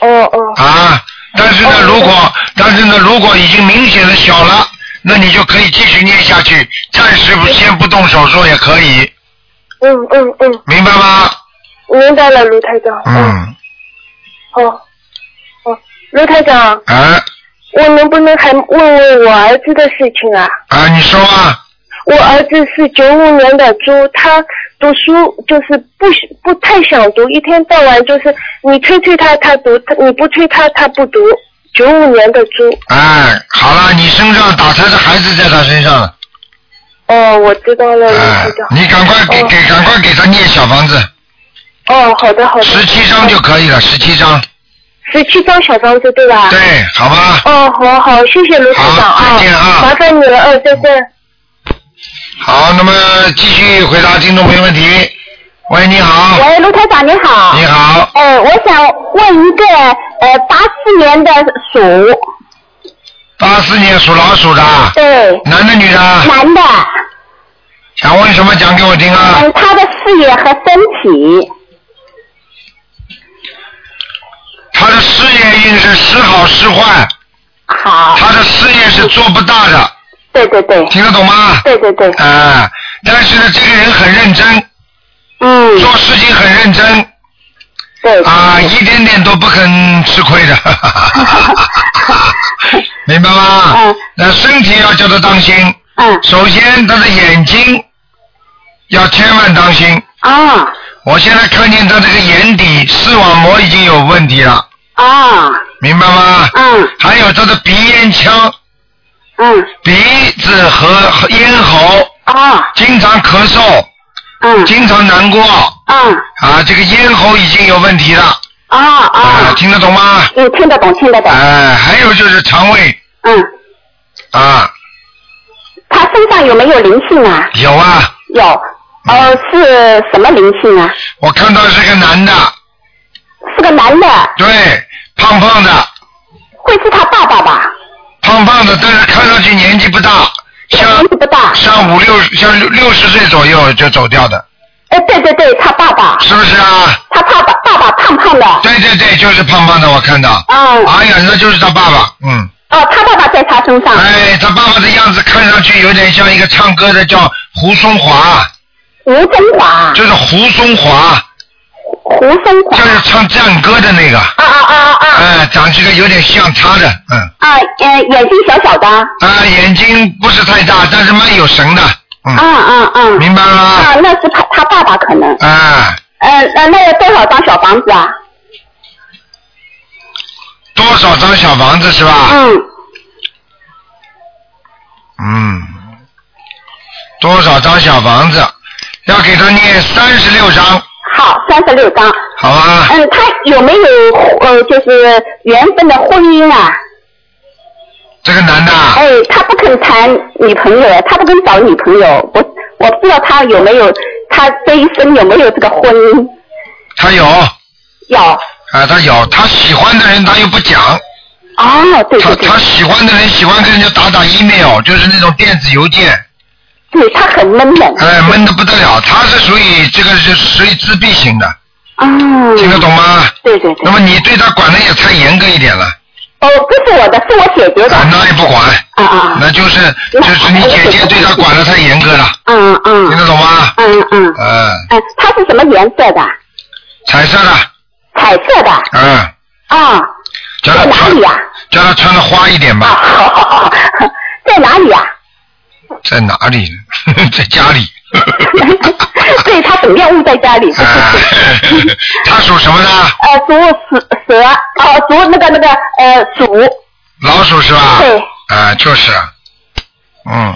Speaker 4: 哦哦。
Speaker 1: 啊，但是呢，如果但是呢，如果已经明显的小了，那你就可以继续念下去，暂时不先不动手术也可以，
Speaker 4: 嗯嗯嗯，
Speaker 1: 明白吗？
Speaker 4: 明白了，卢台长。
Speaker 1: 嗯，
Speaker 4: 哦哦，卢台长，
Speaker 1: 啊
Speaker 4: 我能不能还问问我儿子的事情啊？
Speaker 1: 啊，你说啊，
Speaker 4: 我儿子是九五年的猪，他读书就是不喜不太想读，一天到晚就是你推推他他读，他你不推他他不读。九五年的猪，
Speaker 1: 哎，好了，你身上打胎的孩子在他身上了，哎
Speaker 4: 哦，我知道了，卢台长。
Speaker 1: 你赶快给给赶快给他念小房子，
Speaker 4: 哦，好的好的。
Speaker 1: 十七张就可以了，十七张，
Speaker 4: 十七张小房子对吧？
Speaker 1: 对，好吧。
Speaker 4: 哦，好好，谢谢卢台长啊，
Speaker 7: 哦
Speaker 4: 麻烦你了，嗯、再见。
Speaker 1: 好，那么继续回答听众朋友问题。喂，你好，
Speaker 7: 喂，卢台长，你好。
Speaker 1: 你好。
Speaker 7: 呃，我想问一个呃，八四年的鼠。
Speaker 1: 八四年属老鼠的，
Speaker 7: 对。
Speaker 1: 男的女的？
Speaker 7: 男的。
Speaker 1: 啊想问什么讲给我听啊？
Speaker 7: 嗯，他的事业和身体。
Speaker 1: 他的事业运是时好时坏。
Speaker 7: 好。
Speaker 1: 他的事业是做不大的。
Speaker 7: 对对对。
Speaker 1: 听得懂吗？
Speaker 7: 对对对。
Speaker 1: 啊、但是呢，这个人很认真。
Speaker 7: 嗯。
Speaker 1: 做事情很认真。
Speaker 7: 对。
Speaker 1: 啊、一点点都不肯吃亏的，哈哈哈哈哈明白吗？嗯。那身体要叫他当心。
Speaker 7: 嗯。
Speaker 1: 首先，他的眼睛要千万当心。
Speaker 7: 啊。
Speaker 1: 我现在看见他这个眼底视网膜已经有问题了。
Speaker 7: 啊。
Speaker 1: 明白吗？
Speaker 7: 嗯。
Speaker 1: 还有他的鼻咽腔。
Speaker 7: 嗯。
Speaker 1: 鼻子和和咽喉。
Speaker 7: 啊。
Speaker 1: 经常咳嗽。
Speaker 7: 嗯。
Speaker 1: 经常难过。
Speaker 7: 嗯。
Speaker 1: 啊，这个咽喉已经有问题了。
Speaker 7: 啊啊。
Speaker 1: 啊，听得懂吗？
Speaker 7: 嗯，听得懂，听得懂。
Speaker 1: 哎、还有就是肠胃
Speaker 7: 嗯，
Speaker 1: 啊，
Speaker 7: 他身上有没有灵性啊？
Speaker 1: 有啊，
Speaker 7: 有。呃，是什么灵性啊？
Speaker 1: 我看到是个男的。
Speaker 7: 是个男的。
Speaker 1: 对，胖胖的。
Speaker 7: 会是他爸爸吧？
Speaker 1: 胖胖的，但是看上去年纪不大，像
Speaker 7: 不大，
Speaker 1: 像五六像六六十岁左右就走掉的，
Speaker 7: 哎，对对对，他爸爸。
Speaker 1: 是不是啊？
Speaker 7: 他爸爸爸爸胖胖的。
Speaker 1: 对对对，就是胖胖的，我看到。
Speaker 7: 嗯。
Speaker 1: 哎呀，那就是他爸爸，嗯。
Speaker 7: 哦，他爸爸在他身上。
Speaker 1: 哎，他爸爸的样子看上去有点像一个唱歌的，叫胡松华。
Speaker 7: 胡松华。
Speaker 1: 就是胡松华。
Speaker 7: 胡松华。
Speaker 1: 就是唱战歌的那个。啊
Speaker 7: 啊啊啊！
Speaker 1: 哎，长这个有点像他的，嗯。
Speaker 7: 啊，呃，眼睛小小的。
Speaker 1: 啊，眼睛不是太大，但是蛮有神的。嗯
Speaker 7: 嗯嗯。
Speaker 1: 明白了吗？
Speaker 7: 啊，那是他他爸爸可能。
Speaker 1: 啊，
Speaker 7: 呃，那那要多少张小房子啊？
Speaker 1: 多少张小房子是吧？
Speaker 7: 嗯。
Speaker 1: 嗯。多少张小房子？要给他念三十六张，
Speaker 7: 好，三十六张。
Speaker 1: 好吧？
Speaker 7: 嗯，他有没有呃，就是缘分的婚姻啊？
Speaker 1: 这这个男的啊，
Speaker 7: 哎，他不肯谈女朋友，他不肯找女朋友。我我不知道他有没有，他这一生有没有这个婚姻？
Speaker 1: 他有啊，
Speaker 7: 有
Speaker 1: 他有，他喜欢的人他又不讲。
Speaker 7: 哦，对
Speaker 1: 对对。他他喜欢的人喜欢跟人家打打 email，就是那种电子邮件。
Speaker 7: 对他很闷的。
Speaker 1: 哎，闷的不得了，他是属于这个是属于自闭型的。
Speaker 7: 哦。
Speaker 1: 听得懂吗？
Speaker 7: 对对对。
Speaker 1: 那么你对他管的也太严格一点了。
Speaker 7: 哦，不是我的，是我姐姐的。
Speaker 1: 那也不管。
Speaker 7: 啊啊。
Speaker 1: 那就是就是你姐姐对他管的太严格了。
Speaker 7: 嗯嗯。
Speaker 1: 听得懂吗？
Speaker 7: 嗯嗯。
Speaker 1: 嗯，
Speaker 7: 嗯，他是什么颜色的？
Speaker 1: 彩色的，
Speaker 7: 彩色的。
Speaker 1: 嗯，
Speaker 7: 啊、
Speaker 1: 叫他
Speaker 7: 哪里呀、啊
Speaker 1: 叫他穿的花一点吧。
Speaker 7: 在哪里啊呀、哦
Speaker 1: 在哪里？在家里。
Speaker 7: 对他怎么样误在家里？
Speaker 1: 哎 啊他属什么呢？
Speaker 7: 呃，属蛇蛇，哦，属那个那个呃鼠。
Speaker 1: 老鼠是吧？
Speaker 7: 对。
Speaker 1: 啊，就是，嗯，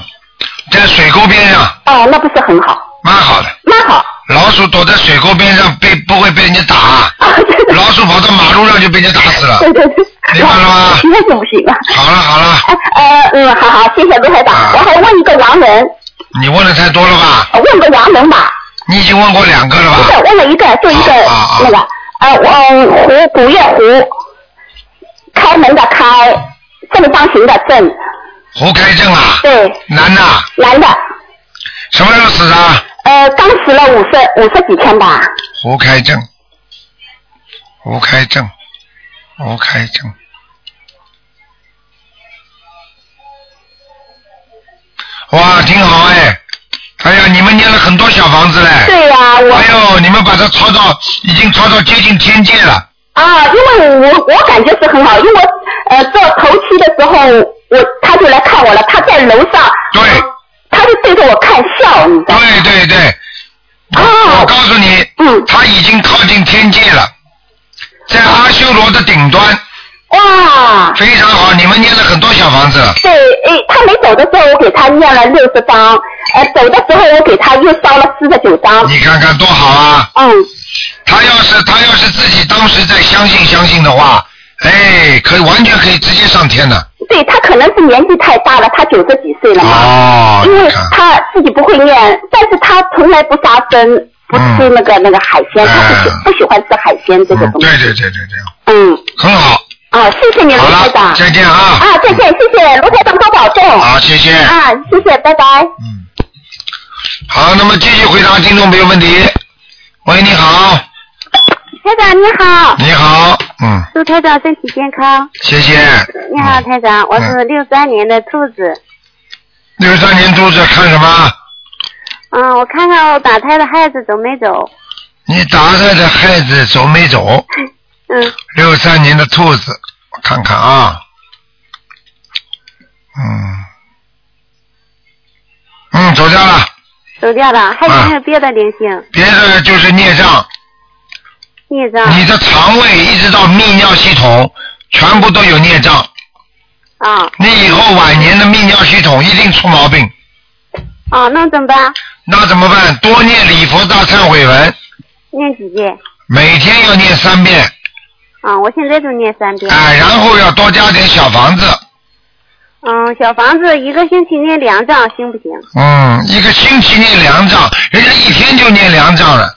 Speaker 1: 在水沟边上，
Speaker 7: 哦，那不是很好。
Speaker 1: 蛮好的。
Speaker 7: 蛮好。
Speaker 1: 老鼠躲在水沟边上被不会被人家打，啊
Speaker 7: 啊
Speaker 1: 老鼠跑到马路上就被人家打死了。
Speaker 7: 对对对。
Speaker 1: 明白了吗？
Speaker 7: 实在是不行啊。
Speaker 1: 好了好了，
Speaker 7: 呃嗯，好好，谢谢卢台长。
Speaker 1: 啊
Speaker 7: 我还问一个王人，
Speaker 1: 你问的太多了吧？
Speaker 7: 我问个王人吧，
Speaker 1: 你已经问过两个了
Speaker 7: 不
Speaker 1: 吧？
Speaker 7: 是问了一个，就一个
Speaker 1: 啊
Speaker 7: 那个呃，我嗯胡古月胡，开门的开，正方形的正，
Speaker 1: 胡开正啊，
Speaker 7: 对，
Speaker 1: 男的，
Speaker 7: 男的，
Speaker 1: 什么时候死的？啊
Speaker 7: 呃，刚死了五十五十几天吧。
Speaker 1: 胡开正，胡开正，胡开正。哇，挺好哎！哎呀，你们念了很多小房子嘞。
Speaker 7: 对呀、我。
Speaker 1: 哎呦，你们把它抄到，已经抄到接近天界了。
Speaker 7: 啊，因为我我感觉是很好，因为我呃做头七的时候，我他就来看我了，他在楼上，
Speaker 1: 对，
Speaker 7: 他就对着我看笑，你知道吗？
Speaker 1: 对对对。
Speaker 7: 哦。
Speaker 1: 我告诉你，
Speaker 7: 嗯，
Speaker 1: 他已经靠近天界了，在阿修罗的顶端。
Speaker 7: 哇。
Speaker 1: 非常好，你们念了很多小房子了。
Speaker 7: 对，哎，他没走的时候，我给他念了六十张，呃，走的时候我给他又烧了四十九张。
Speaker 1: 你看看多好啊！
Speaker 7: 嗯。
Speaker 1: 他要是他要是自己当时再相信相信的话，哎，可以完全可以直接上天的。
Speaker 7: 对他可能是年纪太大了，他九十几岁了嘛，
Speaker 1: 哦
Speaker 7: 因
Speaker 1: 嗯
Speaker 7: 为他自己不会念，但是他从来不杀生，不吃那个、那个海鲜，他不喜、不喜欢吃海鲜这个东西。
Speaker 1: 对对对对对，
Speaker 7: 哎嗯，
Speaker 1: 很好。
Speaker 7: 啊，谢谢你，卢台长。
Speaker 1: 再见啊！
Speaker 7: 啊，再见，谢谢卢台长，多保重。
Speaker 1: 好谢谢
Speaker 7: 啊，谢谢，拜拜。
Speaker 1: 好，那么继续回答听众朋友问题。喂，你好，
Speaker 9: 台长你好，
Speaker 1: 你好，嗯，
Speaker 9: 祝台长身体健康。
Speaker 1: 谢谢。
Speaker 9: 你好，台长，我
Speaker 1: 嗯
Speaker 9: 是六三年的兔子。
Speaker 1: 六三年肚子看什么？
Speaker 9: 嗯，我看看我打胎的孩子走没走。
Speaker 1: 你打胎的孩子走没走？
Speaker 9: 嗯，
Speaker 1: 六三年的兔子，我看看啊，嗯，嗯，走掉了。
Speaker 9: 走掉了，还
Speaker 1: 啊
Speaker 9: 有没有别的灵性？
Speaker 1: 别的就是孽障，
Speaker 9: 孽障。
Speaker 1: 你的肠胃一直到泌尿系统，全部都有孽障。
Speaker 9: 啊
Speaker 1: 你以后晚年的泌尿系统一定出毛病。
Speaker 9: 啊，那怎么办？
Speaker 1: 那怎么办？多念礼佛大忏悔文，
Speaker 9: 念几遍？
Speaker 1: 每天要念三遍，
Speaker 9: 啊，我现在就念三遍。
Speaker 1: 哎，然后要多加点小房子。
Speaker 9: 嗯，小房子一个星期念两张，行不行？
Speaker 1: 嗯，一个星期念两章，人家一天就念两章了。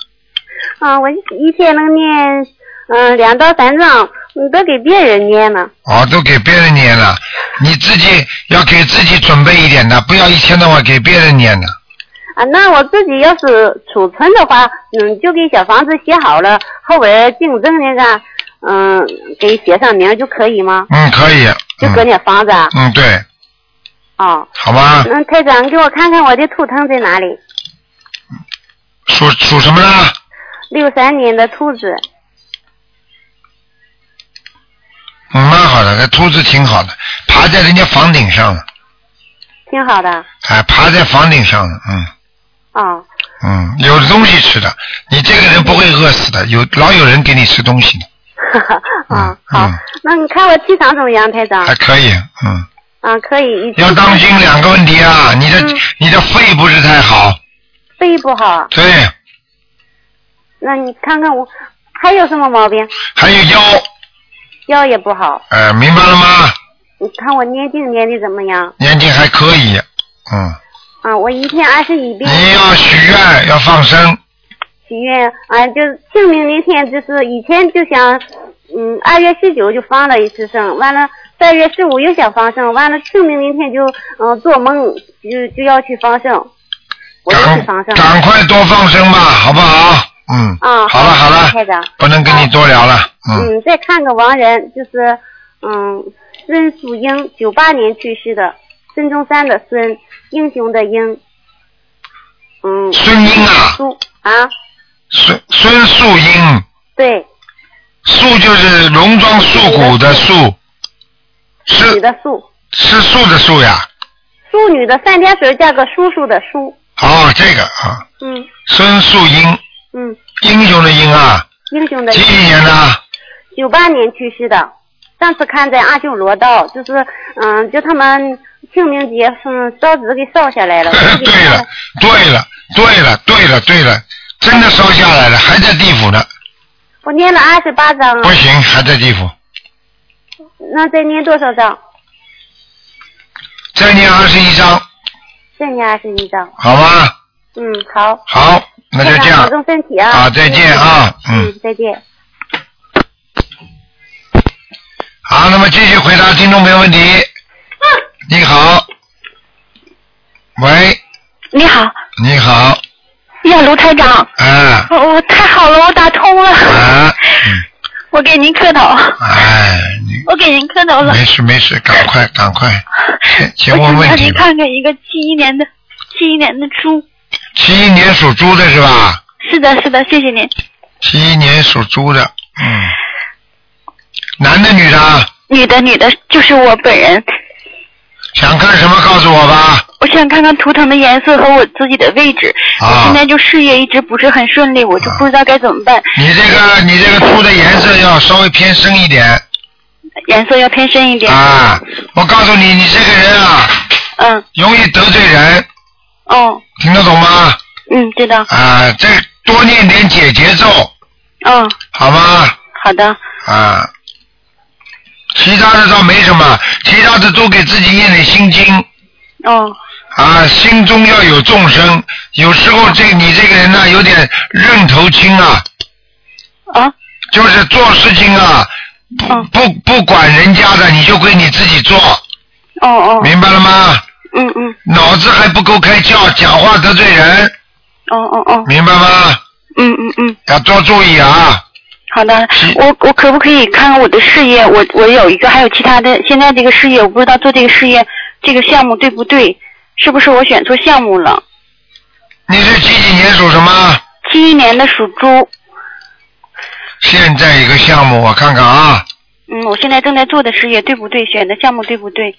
Speaker 9: 啊，我一一天能念嗯两到三张，嗯都给别人念呢。
Speaker 1: 哦，都给别人念了，你自己要给自己准备一点的，不要一天到晚给别人念的。
Speaker 9: 啊，那我自己要是储存的话，嗯，就给小房子写好了，后边订正那个，嗯，给写上名就可以吗？
Speaker 1: 嗯，可以。
Speaker 9: 就搁那房子啊。
Speaker 1: 嗯，对，
Speaker 9: 哦。
Speaker 1: 好吧。
Speaker 9: 那台长，你给我看看我的图腾在哪里？
Speaker 1: 属属什么呢？
Speaker 9: 六三年的兔子，
Speaker 1: 嗯，蛮好的，那兔子挺好的，爬在人家房顶上了，
Speaker 9: 挺好的。
Speaker 1: 哎，爬在房顶上了，嗯
Speaker 9: 哦，
Speaker 1: 嗯，有东西吃的，你这个人不会饿死的，有老有人给你吃东西的，
Speaker 9: 哈哈，啊，
Speaker 1: 嗯，
Speaker 9: 那你看我气场怎么样，台长？
Speaker 1: 还可以，嗯，
Speaker 9: 啊，可以。
Speaker 1: 要当心两个问题啊，你的、
Speaker 9: 嗯
Speaker 1: 你的肺不是太好，
Speaker 9: 肺不好，
Speaker 1: 对，
Speaker 9: 那你看看我还有什么毛病？
Speaker 1: 还有腰，
Speaker 9: 腰也不好。
Speaker 1: 哎，明白了吗？
Speaker 10: 你看我念经念的怎么样？
Speaker 1: 年纪还可以，嗯，
Speaker 10: 啊，我一天二十一遍。
Speaker 1: 你要许愿，要放生，
Speaker 10: 许愿啊，就是清明那天，就是以前就想，嗯，二月十九就放了一次生，完了三月十五又想放生，完了清明那天就嗯、做梦就就要去放生，我就去放生。
Speaker 1: 赶快多放生吧，好不好？嗯，
Speaker 10: 啊，
Speaker 1: 好了好了
Speaker 10: 台长，
Speaker 1: 不能跟你多聊了，嗯，
Speaker 10: 嗯，再看个亡人，就是嗯，孙淑英，九八年去世的，孙中山的孙，英雄的英，嗯，
Speaker 1: 孙英啊，
Speaker 10: 苏啊，
Speaker 1: 孙孙素英，
Speaker 10: 对，
Speaker 1: 素就是戎装素骨的素，是
Speaker 10: 女的素，
Speaker 1: 吃素的素呀，
Speaker 10: 淑女的三点水加个叔叔的叔，
Speaker 1: 哦，这个啊，
Speaker 10: 嗯
Speaker 1: 孙素英，
Speaker 10: 嗯，
Speaker 1: 英雄的英啊，
Speaker 10: 英雄的英
Speaker 1: 几几年的？
Speaker 10: 九八年去世的，上次看在阿修罗道，就是嗯，就他们清明节嗯烧纸给烧下 来了，就给
Speaker 1: 对了对了对了对了，真的烧下来了，还在地府呢，
Speaker 10: 我念了二十八
Speaker 7: 嗯
Speaker 10: 章啊
Speaker 1: 不，行，还在地府，
Speaker 10: 那再念多少章？
Speaker 1: 再念二十一章，
Speaker 10: 再念二十一章。
Speaker 1: 好吗？
Speaker 10: 嗯，好。
Speaker 1: 好，那就
Speaker 10: 台
Speaker 1: 这
Speaker 10: 长保
Speaker 1: 样，
Speaker 10: 重身体啊。
Speaker 1: 好，再见啊，嗯。
Speaker 10: 嗯，再见。
Speaker 1: 好，那么继续回答听众朋友问题。你好，喂，
Speaker 7: 你好，
Speaker 1: 你好，
Speaker 7: 呀，卢台长，
Speaker 1: 啊，
Speaker 7: 我、我太好了，我打通了，
Speaker 1: 啊，
Speaker 7: 我给您磕头，
Speaker 1: 哎，
Speaker 7: 我给您磕头了。
Speaker 1: 没事没事，赶快赶快，先先
Speaker 7: 我
Speaker 1: 问
Speaker 7: 想
Speaker 1: 问
Speaker 7: 让
Speaker 1: 题
Speaker 7: 您
Speaker 1: 吧。
Speaker 7: 看看一个七一年的七一年的猪。
Speaker 1: 七一年属猪的是吧？
Speaker 7: 是的，是的，谢谢您。
Speaker 1: 七一年属猪的，嗯，男的女的啊，
Speaker 7: 女的，女的，就是我本人。
Speaker 1: 想看什么告诉我吧。
Speaker 7: 我想看看图腾的颜色和我自己的位置。
Speaker 1: 啊
Speaker 7: 我现在就事业一直不是很顺利，我就不知道该怎么办。
Speaker 1: 你这个你这个猪的颜色要稍微偏深一点。
Speaker 7: 颜色要偏深一点。
Speaker 1: 啊，我告诉你，你这个人啊，
Speaker 7: 嗯，
Speaker 1: 容易得罪人，
Speaker 7: 哦，
Speaker 1: 听得懂吗？
Speaker 7: 嗯，知道。
Speaker 1: 啊，这多念点解结咒，
Speaker 7: 嗯，
Speaker 1: 好吗？
Speaker 7: 好的。
Speaker 1: 啊，其他的倒没什么，其他的都给自己念点心经
Speaker 7: 哦，
Speaker 1: 啊，心中要有众生。有时候这你这个人呢，有点认头青啊。
Speaker 7: 啊。
Speaker 1: 就是做事情啊，不、不不管人家的，你就归你自己做。
Speaker 7: 哦哦。
Speaker 1: 明白了吗？
Speaker 7: 嗯嗯。
Speaker 1: 脑子还不够开窍，讲话得罪人，
Speaker 7: 哦哦哦，
Speaker 1: 明白吗？
Speaker 7: 嗯嗯嗯。
Speaker 1: 要多注意啊。
Speaker 7: 好的，我我可不可以看看我的事业？我我有一个，还有其他的，现在这个事业，我不知道做这个事业这个项目对不对，是不是我选错项目了？
Speaker 1: 你是几几年属什么？
Speaker 7: 七一年的属猪，
Speaker 1: 现在一个项目，我看看啊，
Speaker 7: 嗯，我现在正在做的事业对不对？选的项目对不对？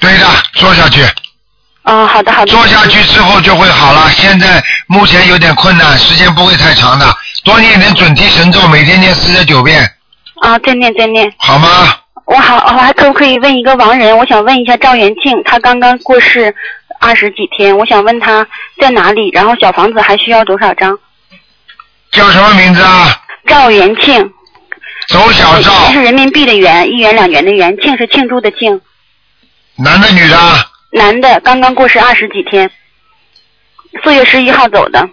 Speaker 1: 对的，做下去，
Speaker 7: 嗯、好的好的。
Speaker 1: 做下去之后就会好了。现在目前有点困难，时间不会太长的，多念点准提神咒，每天念四十九遍，
Speaker 7: 啊，再念再念。
Speaker 1: 好吗？
Speaker 7: 我好，我还可不可以问一个亡人？我想问一下赵元庆，他刚刚过世二十几天，我想问他在哪里，然后小房子还需要多少张？
Speaker 1: 叫什么名字啊？
Speaker 7: 赵元庆。
Speaker 1: 走小赵。
Speaker 7: 是人民币的元，一元两元的元，庆是庆祝的庆。
Speaker 1: 男的女的？啊
Speaker 7: 男的，刚刚过世二十几天，四月十一号走的。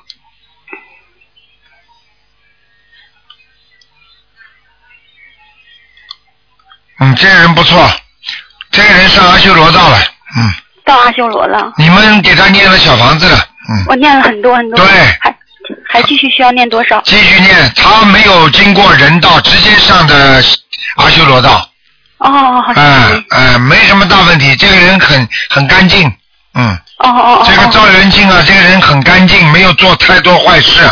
Speaker 1: 嗯，这个人不错，这个人上阿修罗道了，嗯
Speaker 7: 到阿修罗了。
Speaker 1: 你们给他念了小房子了，嗯
Speaker 7: 我念了很多很多。对。还还继续需要念多少？
Speaker 1: 继续念，他没有经过人道，直接上的阿修罗道，
Speaker 7: 哦，好像
Speaker 1: 哎、嗯、哎、没什么大问题，这个人很很干净，嗯。
Speaker 7: 哦哦哦。
Speaker 1: 这个赵元庆啊，这个人很干净，没有做太多坏事，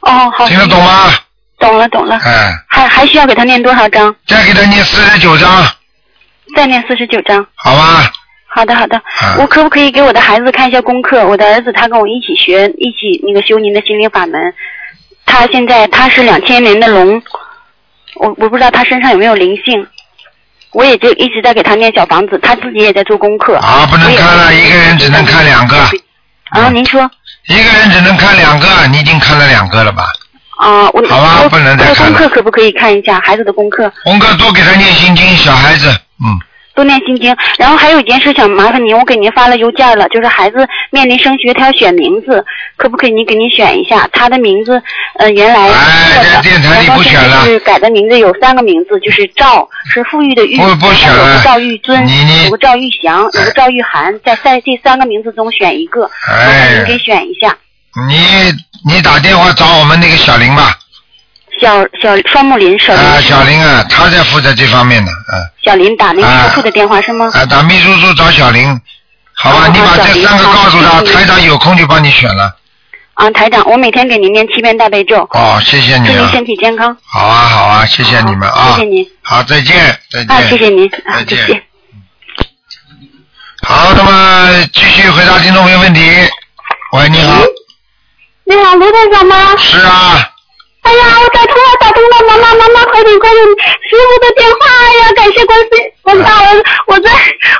Speaker 7: 哦，好。
Speaker 1: 听得懂吗？
Speaker 7: 懂了，懂了。
Speaker 1: 哎，
Speaker 7: 还还需要给他念多少章？
Speaker 1: 再给他念四十九章，
Speaker 7: 再念四十九章。
Speaker 1: 好吧？
Speaker 7: 好的，好的。
Speaker 1: 啊
Speaker 7: 我可不可以给我的孩子看一下功课？我的儿子他跟我一起学，一起那个修您的心灵法门。他现在他是两千年的龙，我我不知道他身上有没有灵性。我也就一直在给他念小房子，他自己也在做功课。
Speaker 1: 啊，不能看
Speaker 7: 哎
Speaker 1: 了，一个人只能看两个。
Speaker 7: 啊，您说。
Speaker 1: 一个人只能看两个，你已经看了两个了吧？
Speaker 7: 啊，我
Speaker 1: 好吧
Speaker 7: 我
Speaker 1: 不能再
Speaker 7: 我的
Speaker 1: 看
Speaker 7: 功
Speaker 1: 了
Speaker 7: 课可不可以看一下孩子的功课？
Speaker 1: 红哥多给他念心经，小孩子，嗯，
Speaker 7: 多念心经。然后还有一件事想麻烦您，我给您发了邮件了，就是孩子面临升学，他要选名字，可不可以您给您选一下他的名字？呃，原来哎，
Speaker 1: 电台
Speaker 7: 里不
Speaker 1: 选了
Speaker 7: 是改的名字有三个名字，就是赵是富裕的裕，
Speaker 1: 不不选
Speaker 7: 有
Speaker 1: 了
Speaker 7: 个赵玉尊
Speaker 1: 你你，
Speaker 7: 有个赵玉祥，有个赵玉涵，在在这三个名字中选一个，麻
Speaker 1: 哎
Speaker 7: 烦您给选一下。
Speaker 1: 你你打电话找我们那个小林吧，
Speaker 7: 小小双木林，小林、
Speaker 1: 啊，小林啊，他在负责这方面的，嗯。
Speaker 7: 小林打那个客户的电话是吗？
Speaker 1: 啊，打秘书处找小林，好吧，
Speaker 7: 哦
Speaker 1: 你把
Speaker 7: 好小
Speaker 1: 这
Speaker 7: 林
Speaker 1: 三个
Speaker 7: 好
Speaker 1: 告诉他，
Speaker 7: 谢谢
Speaker 1: 台长有空就帮你选了。
Speaker 7: 啊，台长，我每天给您念七遍大悲咒。
Speaker 1: 哦，谢谢你
Speaker 7: 祝您
Speaker 1: 啊，
Speaker 7: 身体健康。
Speaker 1: 好啊，好啊，谢谢你们啊，
Speaker 7: 谢谢您。
Speaker 1: 好，再见，再见，
Speaker 7: 啊，谢谢您。
Speaker 1: 再见。
Speaker 4: 哎
Speaker 1: 好，那么继续回答听众朋友问题。喂，你好，
Speaker 7: 嗯
Speaker 4: 你好，卢台长吗？
Speaker 1: 是啊。
Speaker 4: 哎呀，我打通了，打通了，妈妈，妈妈，快点，快点，师傅的电话哎呀！感谢观世音菩萨，我我在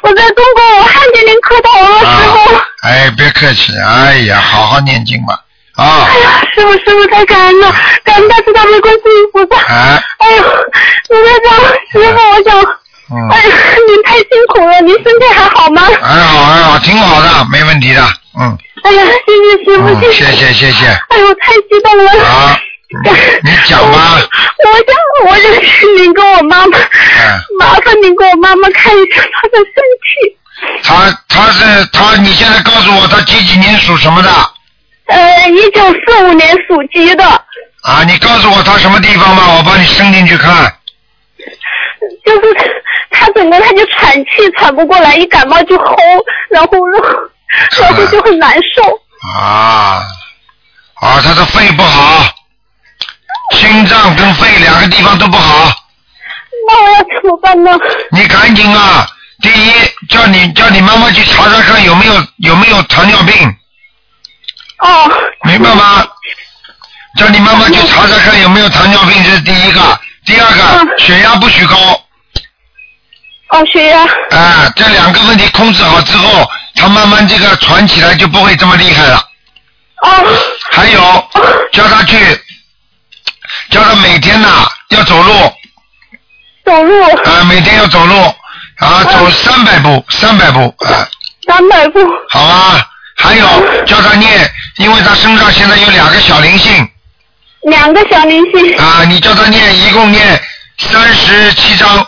Speaker 4: 我在中国，我汉给您磕头了，啊师傅。
Speaker 1: 哎，别客气，哎呀，好好念经吧，啊，
Speaker 4: 哎呀，师傅，师傅太感恩了，感恩大慈大悲观世音菩萨。
Speaker 1: 啊，
Speaker 4: 哎呦，卢台长，师傅，我想，
Speaker 1: 嗯，
Speaker 4: 哎呀，您太辛苦了，您身体还好吗？
Speaker 1: 很哎好，很好，挺好的，没问题的，嗯，
Speaker 4: 哎呀，谢谢师
Speaker 1: 嗯
Speaker 4: 傅，谢
Speaker 1: 谢谢，谢谢，
Speaker 4: 哎呦，太激动了。
Speaker 1: 好，你讲吧，
Speaker 4: 我想，我想请您跟我妈妈，
Speaker 1: 嗯
Speaker 4: 麻烦您给我妈妈看一下她的身体。
Speaker 1: 他他是他，你现在告诉我他几几年属什么的？
Speaker 4: 呃，一九四五年属鸡的，
Speaker 1: 啊，你告诉我他什么地方吧，我帮你伸进去看。
Speaker 4: 就是她整个她就喘气喘不过来，一感冒就齁，然后然后然后就很难受。
Speaker 1: 啊，啊，他的肺不好，心脏跟肺两个地方都不好。
Speaker 4: 那我要怎么办呢？
Speaker 1: 你赶紧啊！第一，叫你叫你妈妈去查查看有没有有没有糖尿病。
Speaker 4: 哦。
Speaker 1: 明白吗？叫你妈妈去查查看有没有糖尿病，这是第一个。第二个，血压不许高。
Speaker 4: 嗯哦，血压。
Speaker 1: 啊，这两个问题控制好之后，他慢慢这个传起来就不会这么厉害了。
Speaker 4: 哦。
Speaker 1: 还有，叫他去，叫他每天呐、要走路。
Speaker 4: 走路。
Speaker 1: 啊，每天要走路，
Speaker 4: 嗯
Speaker 1: 啊，走三百步，三百步啊。
Speaker 4: 三百步。
Speaker 1: 好啊，还
Speaker 4: 嗯
Speaker 1: 有叫他念，因为他身上现在有两个小灵性。
Speaker 4: 两个小灵性。
Speaker 1: 啊，你叫他念，一共念三十七章，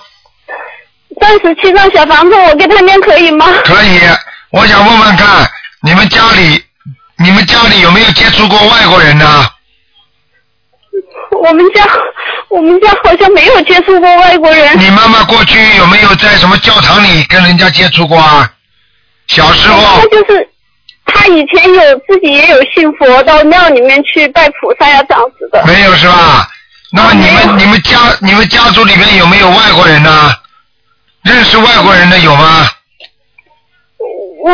Speaker 4: 三十七张小房子，我给她念可以吗？
Speaker 1: 可以。我想问问看，你们家里，你们家里有没有接触过外国人呢？
Speaker 4: 我们家我们家好像没有接触过外国人。
Speaker 1: 你妈妈过去有没有在什么教堂里跟人家接触过啊？小时候
Speaker 4: 他就是他以前有自己也有信佛，到庙里面去拜菩萨呀这样子的。
Speaker 1: 没有是吧？那么你们你们家你们家族里面有没有外国人呢？认识外国人的有吗？
Speaker 4: 我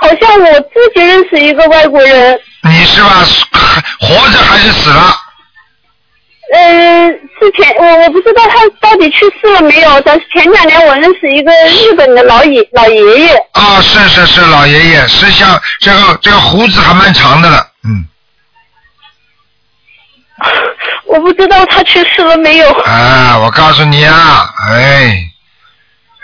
Speaker 4: 好像我自己认识一个外国人，
Speaker 1: 你是吧？活着还是死了？
Speaker 4: 呃，之前我我不知道他到底去世了没有，但是前两年我认识一个日本的老爷老爷爷，
Speaker 1: 啊，是是是，老爷爷是像这个这个胡子还蛮长的了，嗯
Speaker 4: 我不知道他去世了没有。
Speaker 1: 啊，我告诉你啊，哎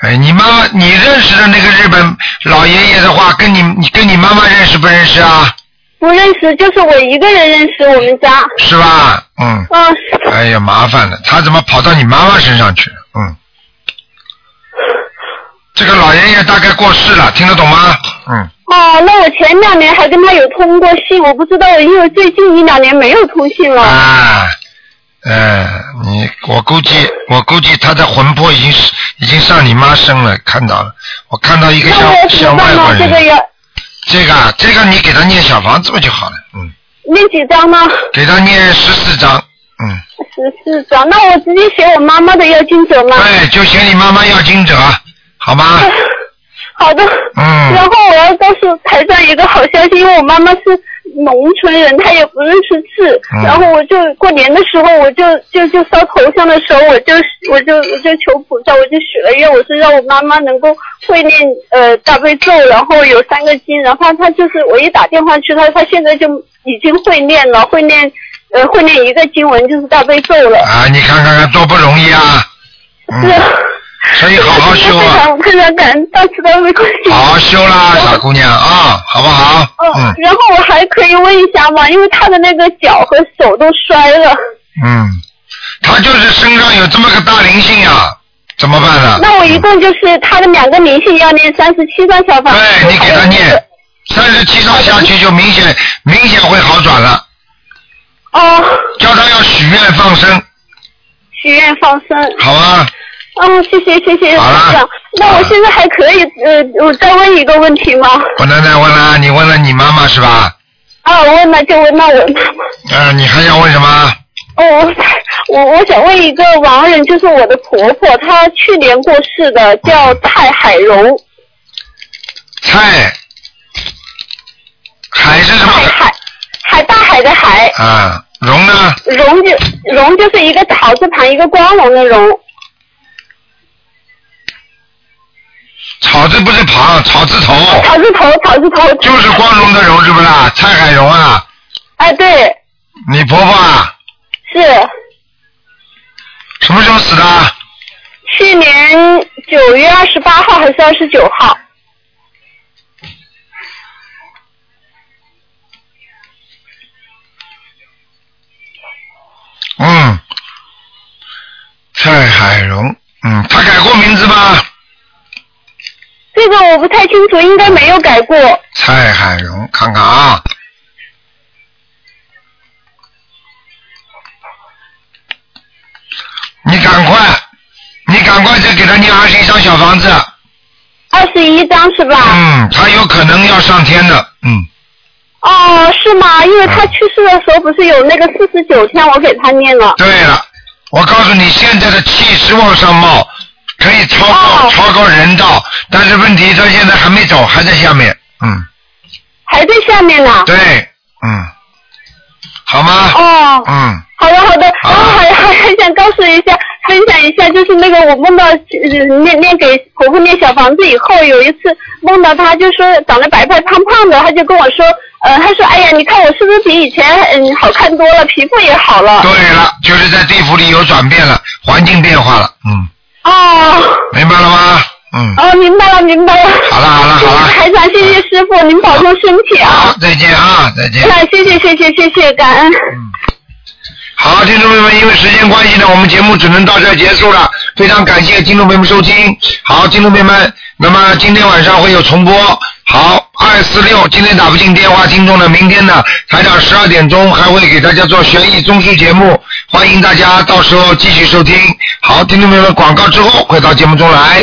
Speaker 1: 哎，你妈妈你认识的那个日本老爷爷的话，跟你你跟你妈妈认识不认识啊？
Speaker 4: 不认识，就是我一个人认识我们家。
Speaker 1: 是吧？嗯，
Speaker 4: 啊，
Speaker 1: 哎呀，麻烦了，他怎么跑到你妈妈身上去了？嗯，这个老爷爷大概过世了，听得懂吗？嗯，
Speaker 4: 哦，那我前两年还跟他有通过信，我不知道，因为最近一两年没有通信了。
Speaker 1: 啊，呃，你我估计我估计他的魂魄已经是已经上你妈身了，看到了，我看到一个
Speaker 4: 那
Speaker 1: 像
Speaker 4: 我怎么
Speaker 1: 像外
Speaker 4: 办
Speaker 1: 国
Speaker 4: 呢？啊这
Speaker 1: 人，
Speaker 4: 个要
Speaker 1: 这个啊这个你给他念小房子不就好了？嗯，
Speaker 4: 念几张呢？
Speaker 1: 给他念十四章，嗯，
Speaker 4: 十四张。那我直接写我妈妈的要经者吗？
Speaker 1: 对，哎就写你妈妈要经者，好吗？
Speaker 4: 好的。
Speaker 1: 嗯
Speaker 4: 然后我要告诉台上一个好消息，因为我妈妈是农村人，她也不认识字。
Speaker 1: 嗯
Speaker 4: 然后我就过年的时候，我就就就烧头香的时候，我就我就我就求菩萨，我就许了愿，我是让我妈妈能够会念呃大悲咒，然后有三个经。然后她就是我一打电话去她，她现在就已经会念了，会念呃会念一个经文，就是大悲咒了。
Speaker 1: 啊，你看看看，多不容易啊！嗯
Speaker 4: 是啊，
Speaker 1: 所以好好修
Speaker 4: 非
Speaker 1: 啊，
Speaker 4: 常非常感恩大慈大悲观世音。
Speaker 1: 好好修啦，傻姑娘啊，好不好？嗯
Speaker 4: 哦然后我还可以问一下吗？因为他的那个脚和手都摔了，
Speaker 1: 嗯，他就是身上有这么个大灵性呀、怎么办啊呢？
Speaker 4: 那我一共就是他的两个明星要念三十七张小房子。
Speaker 1: 对你给他念三十七章下去就明显明显会好转了。
Speaker 4: 哦。
Speaker 1: 叫他要许愿放生，
Speaker 4: 许愿放生。
Speaker 1: 好啊。
Speaker 4: 哦，谢谢谢谢台长。那我现在还可以呃，我再问一个问题吗？
Speaker 1: 不能再问了，你问了你妈妈是吧？
Speaker 4: 啊，我问了就问那我
Speaker 1: 呃，你还想问什么？
Speaker 4: 哦，我我想问一个亡人，就是我的婆婆，她去年过世的，叫蔡海荣。
Speaker 1: 蔡。海是什么？
Speaker 4: 海海大海的海，
Speaker 1: 啊，荣呢？
Speaker 4: 荣就荣就是一个草字旁一个光荣的荣。
Speaker 1: 草字不是旁，草字头。
Speaker 4: 草字头，草字头。
Speaker 1: 就是光荣的荣是不是啊？蔡海荣啊，
Speaker 4: 哎，对，
Speaker 1: 你婆婆啊，
Speaker 4: 是
Speaker 1: 什么时候死的？
Speaker 4: 去年九月二十八号还是二十九号？
Speaker 1: 嗯，蔡海荣，嗯，他改过名字吗？
Speaker 4: 这个我不太清楚，应该没有改过。
Speaker 1: 蔡海荣，看看啊。你赶快，你赶快再给他念二十一张小房子。
Speaker 4: 二十一张是吧？
Speaker 1: 嗯，他有可能要上天的，嗯，
Speaker 4: 哦，是吗？因为她去世的时候不是有那个四十九天，我给她念了。
Speaker 1: 对了，我告诉你，现在的气势往上冒，可以超过、超过人道，但是问题他现在还没走，还在下面，嗯，
Speaker 4: 还在下面呢。
Speaker 1: 对，嗯，好吗？
Speaker 4: 哦，
Speaker 1: 嗯，
Speaker 4: 好的好的，然后还还还想告诉一下，分享一下，就是那个我梦到呃念念给婆婆念小房子以后，有一次梦到她就说长得白白胖胖的，她就跟我说，呃，她说哎呀，你看我是不是比以前嗯好看多了，皮肤也好了。
Speaker 1: 对了，就是在地府里有转变了，环境变化了，嗯，
Speaker 4: 哦
Speaker 1: 明白了吗？嗯，
Speaker 4: 哦，明白了明白了。
Speaker 1: 好了好了好了，
Speaker 4: 台长，谢谢师傅，您保重身体 啊。
Speaker 1: 再见啊，再见。
Speaker 4: 那谢谢谢谢谢谢，感恩。
Speaker 1: 好，听众朋友们，因为时间关系呢，我们节目只能到这儿结束了。非常感谢听众朋友们收听。好，听众朋友们，那么今天晚上会有重播。好，二四六，今天打不进电话，听众呢，明天呢，台长十二点钟还会给大家做悬疑综述节目，欢迎大家到时候继续收听。好，听众朋友们，广告之后回到节目中来。